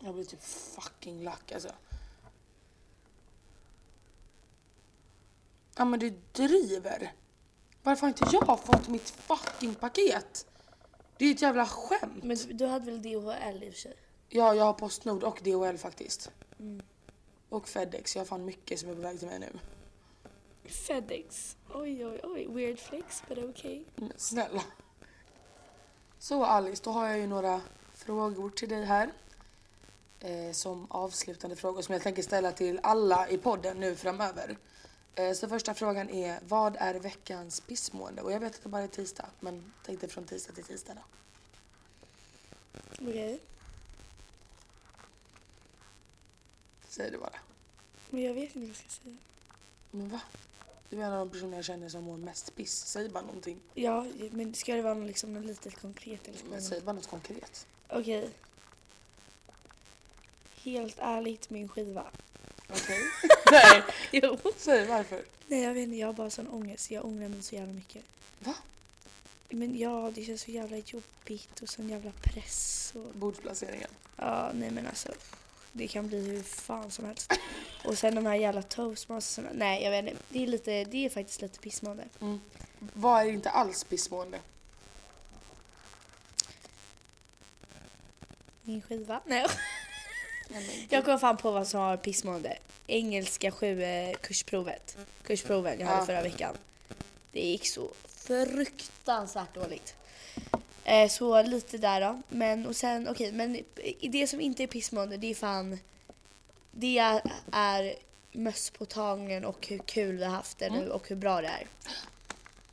[SPEAKER 1] Jag blir typ fucking lack alltså. Ja men du driver. Varför har inte jag fått mitt fucking paket? Det är ju ett jävla skämt.
[SPEAKER 2] Men du hade väl DHL i och för sig?
[SPEAKER 1] Ja, jag har Postnord och DHL faktiskt. Och Fedex, jag har fan mycket som är på väg till mig nu.
[SPEAKER 2] Fedex. Oj, oj, oj. Weird flex, but okay.
[SPEAKER 1] Men Mm, snälla. Så Alice, då har jag ju några frågor till dig här. Eh, som avslutande frågor som jag tänker ställa till alla i podden nu framöver. Eh, så första frågan är, vad är veckans pissmående? Och jag vet att det bara är tisdag, men tänkte från tisdag till tisdag då.
[SPEAKER 2] Okej.
[SPEAKER 1] Säger du bara.
[SPEAKER 2] Men jag vet inte vad jag ska säga.
[SPEAKER 1] Men va? Du är en av de personer jag känner som mår mest piss. Säg bara någonting.
[SPEAKER 2] Ja, men ska det vara något, liksom, något litet konkret eller
[SPEAKER 1] Men
[SPEAKER 2] spännande?
[SPEAKER 1] säg bara något konkret.
[SPEAKER 2] Okej. Helt ärligt, min skiva.
[SPEAKER 1] Okej? Nej.
[SPEAKER 2] Jo.
[SPEAKER 1] Säg varför.
[SPEAKER 2] Nej, jag vet inte. Jag har bara sån ångest. Jag ångrar mig så jävla mycket.
[SPEAKER 1] Va?
[SPEAKER 2] Men ja, det känns så jävla jobbigt och sån jävla press. Och...
[SPEAKER 1] Bordsplaceringen.
[SPEAKER 2] Ja, nej men alltså. Det kan bli hur fan som helst. Och sen de här jävla toastmasterna. Nej, jag vet inte. Det är, lite, det är faktiskt lite pissmående.
[SPEAKER 1] Vad är inte alls pissmående?
[SPEAKER 2] Min skiva. Nej, Jag kom fan på vad som var pissmående. Engelska 7 kursprovet. Kursproven jag hade
[SPEAKER 1] Ja.
[SPEAKER 2] förra veckan. Det gick så fruktansvärt dåligt. Eh, så lite där då. Men och sen okej, men i det som inte är pissmående det är fan det är, är mösspåtagningen och hur kul vi har haft det
[SPEAKER 1] Mm.
[SPEAKER 2] nu och hur bra det är.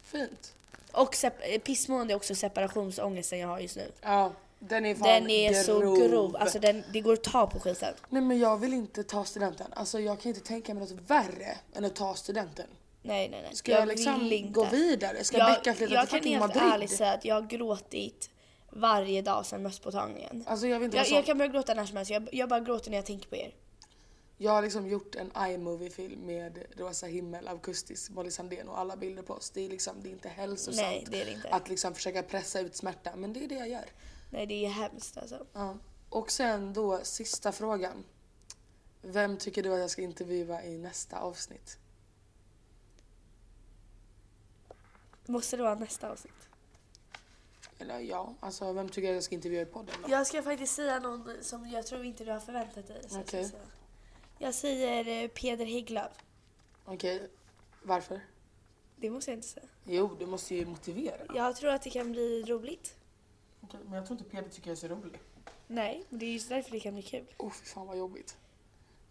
[SPEAKER 1] Fint.
[SPEAKER 2] Och sep- eh, pissmående är också separationsångesten jag har just nu.
[SPEAKER 1] Ja, den är fan
[SPEAKER 2] Den är
[SPEAKER 1] grov.
[SPEAKER 2] så grov, alltså den, det går att ta på skiten.
[SPEAKER 1] Nej men jag vill inte ta studenten. Alltså jag kan inte tänka mig något värre än att ta studenten.
[SPEAKER 2] Nej nej nej.
[SPEAKER 1] Ska jag, liksom gå vidare? Ska jag, Becka flytta
[SPEAKER 2] jag
[SPEAKER 1] till
[SPEAKER 2] kan
[SPEAKER 1] fucking
[SPEAKER 2] helt
[SPEAKER 1] Madrid?
[SPEAKER 2] ärligt säga att jag har gråtit varje dag sedan mösspåtagningen.
[SPEAKER 1] Alltså jag vet inte
[SPEAKER 2] Jag,
[SPEAKER 1] vad som...
[SPEAKER 2] jag
[SPEAKER 1] Jag,
[SPEAKER 2] kan börja gråta när som helst, jag, jag bara gråter när jag tänker på er.
[SPEAKER 1] har liksom gjort en iMovie-film med Rosa Himmel, akustisk, Molly Sandén och alla bilder på oss. Det är liksom, det är inte hälsosamt
[SPEAKER 2] Nej det är det inte.
[SPEAKER 1] att liksom försöka pressa ut smärta. Men det är det jag gör.
[SPEAKER 2] Nej det är hemskt alltså.
[SPEAKER 1] Ja. Och sen då sista frågan. Vem tycker du att jag ska intervjua i nästa avsnitt?
[SPEAKER 2] Måste det vara nästa avsnitt?
[SPEAKER 1] Eller ja, alltså vem tycker jag att jag ska intervjua i podden då?
[SPEAKER 2] Jag ska faktiskt säga någon som jag tror inte du har förväntat dig. så att
[SPEAKER 1] Okej.
[SPEAKER 2] säga. Jag säger eh, Peder Hägglöf.
[SPEAKER 1] Okej, varför?
[SPEAKER 2] Det måste jag inte säga.
[SPEAKER 1] Jo, du måste ju motivera.
[SPEAKER 2] Jag tror att det kan bli roligt.
[SPEAKER 1] men jag tror inte Peter tycker jag är så rolig.
[SPEAKER 2] Nej, men det är just därför det kan bli kul.
[SPEAKER 1] Åh, fy fan vad jobbigt.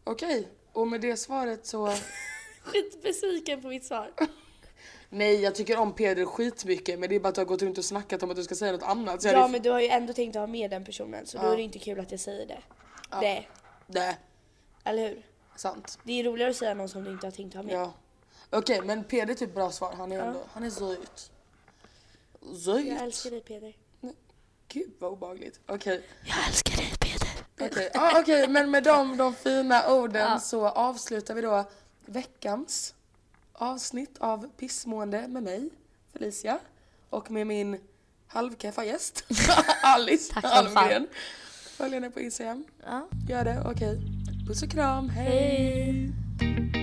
[SPEAKER 1] Okej, och med det svaret så...
[SPEAKER 2] Skitbesviken på mitt svar.
[SPEAKER 1] Nej, jag tycker om Peder skitmycket men det är bara att du har gått runt och snackat om att du ska säga något annat. Så jag
[SPEAKER 2] Ja
[SPEAKER 1] hade-
[SPEAKER 2] men du har ju ändå tänkt att ha med den personen så då
[SPEAKER 1] Ja.
[SPEAKER 2] är det inte kul att jag säger det. Det,
[SPEAKER 1] Nej,
[SPEAKER 2] eller hur?
[SPEAKER 1] sant.
[SPEAKER 2] Det är roligare att säga någon som du inte har tänkt ha med.
[SPEAKER 1] Ja. Okej, men Peder är typ bra svar. Han är ändå... Han är zöjt. Zöjt?
[SPEAKER 2] Jag älskar dig Peder.
[SPEAKER 1] Gud vad obehagligt. Okej,
[SPEAKER 2] Jag älskar dig Peder.
[SPEAKER 1] okej. ah, okej, men med de, de fina orden så avslutar vi då veckans avsnitt av Pissmående med mig, Felicia. Och med min halvkeffa gäst, Alice
[SPEAKER 2] Tack som
[SPEAKER 1] Almgren. Följ henne på Instagram.
[SPEAKER 2] Ja.
[SPEAKER 1] Gör det, okej. Puss och kram, hej.
[SPEAKER 2] Hej.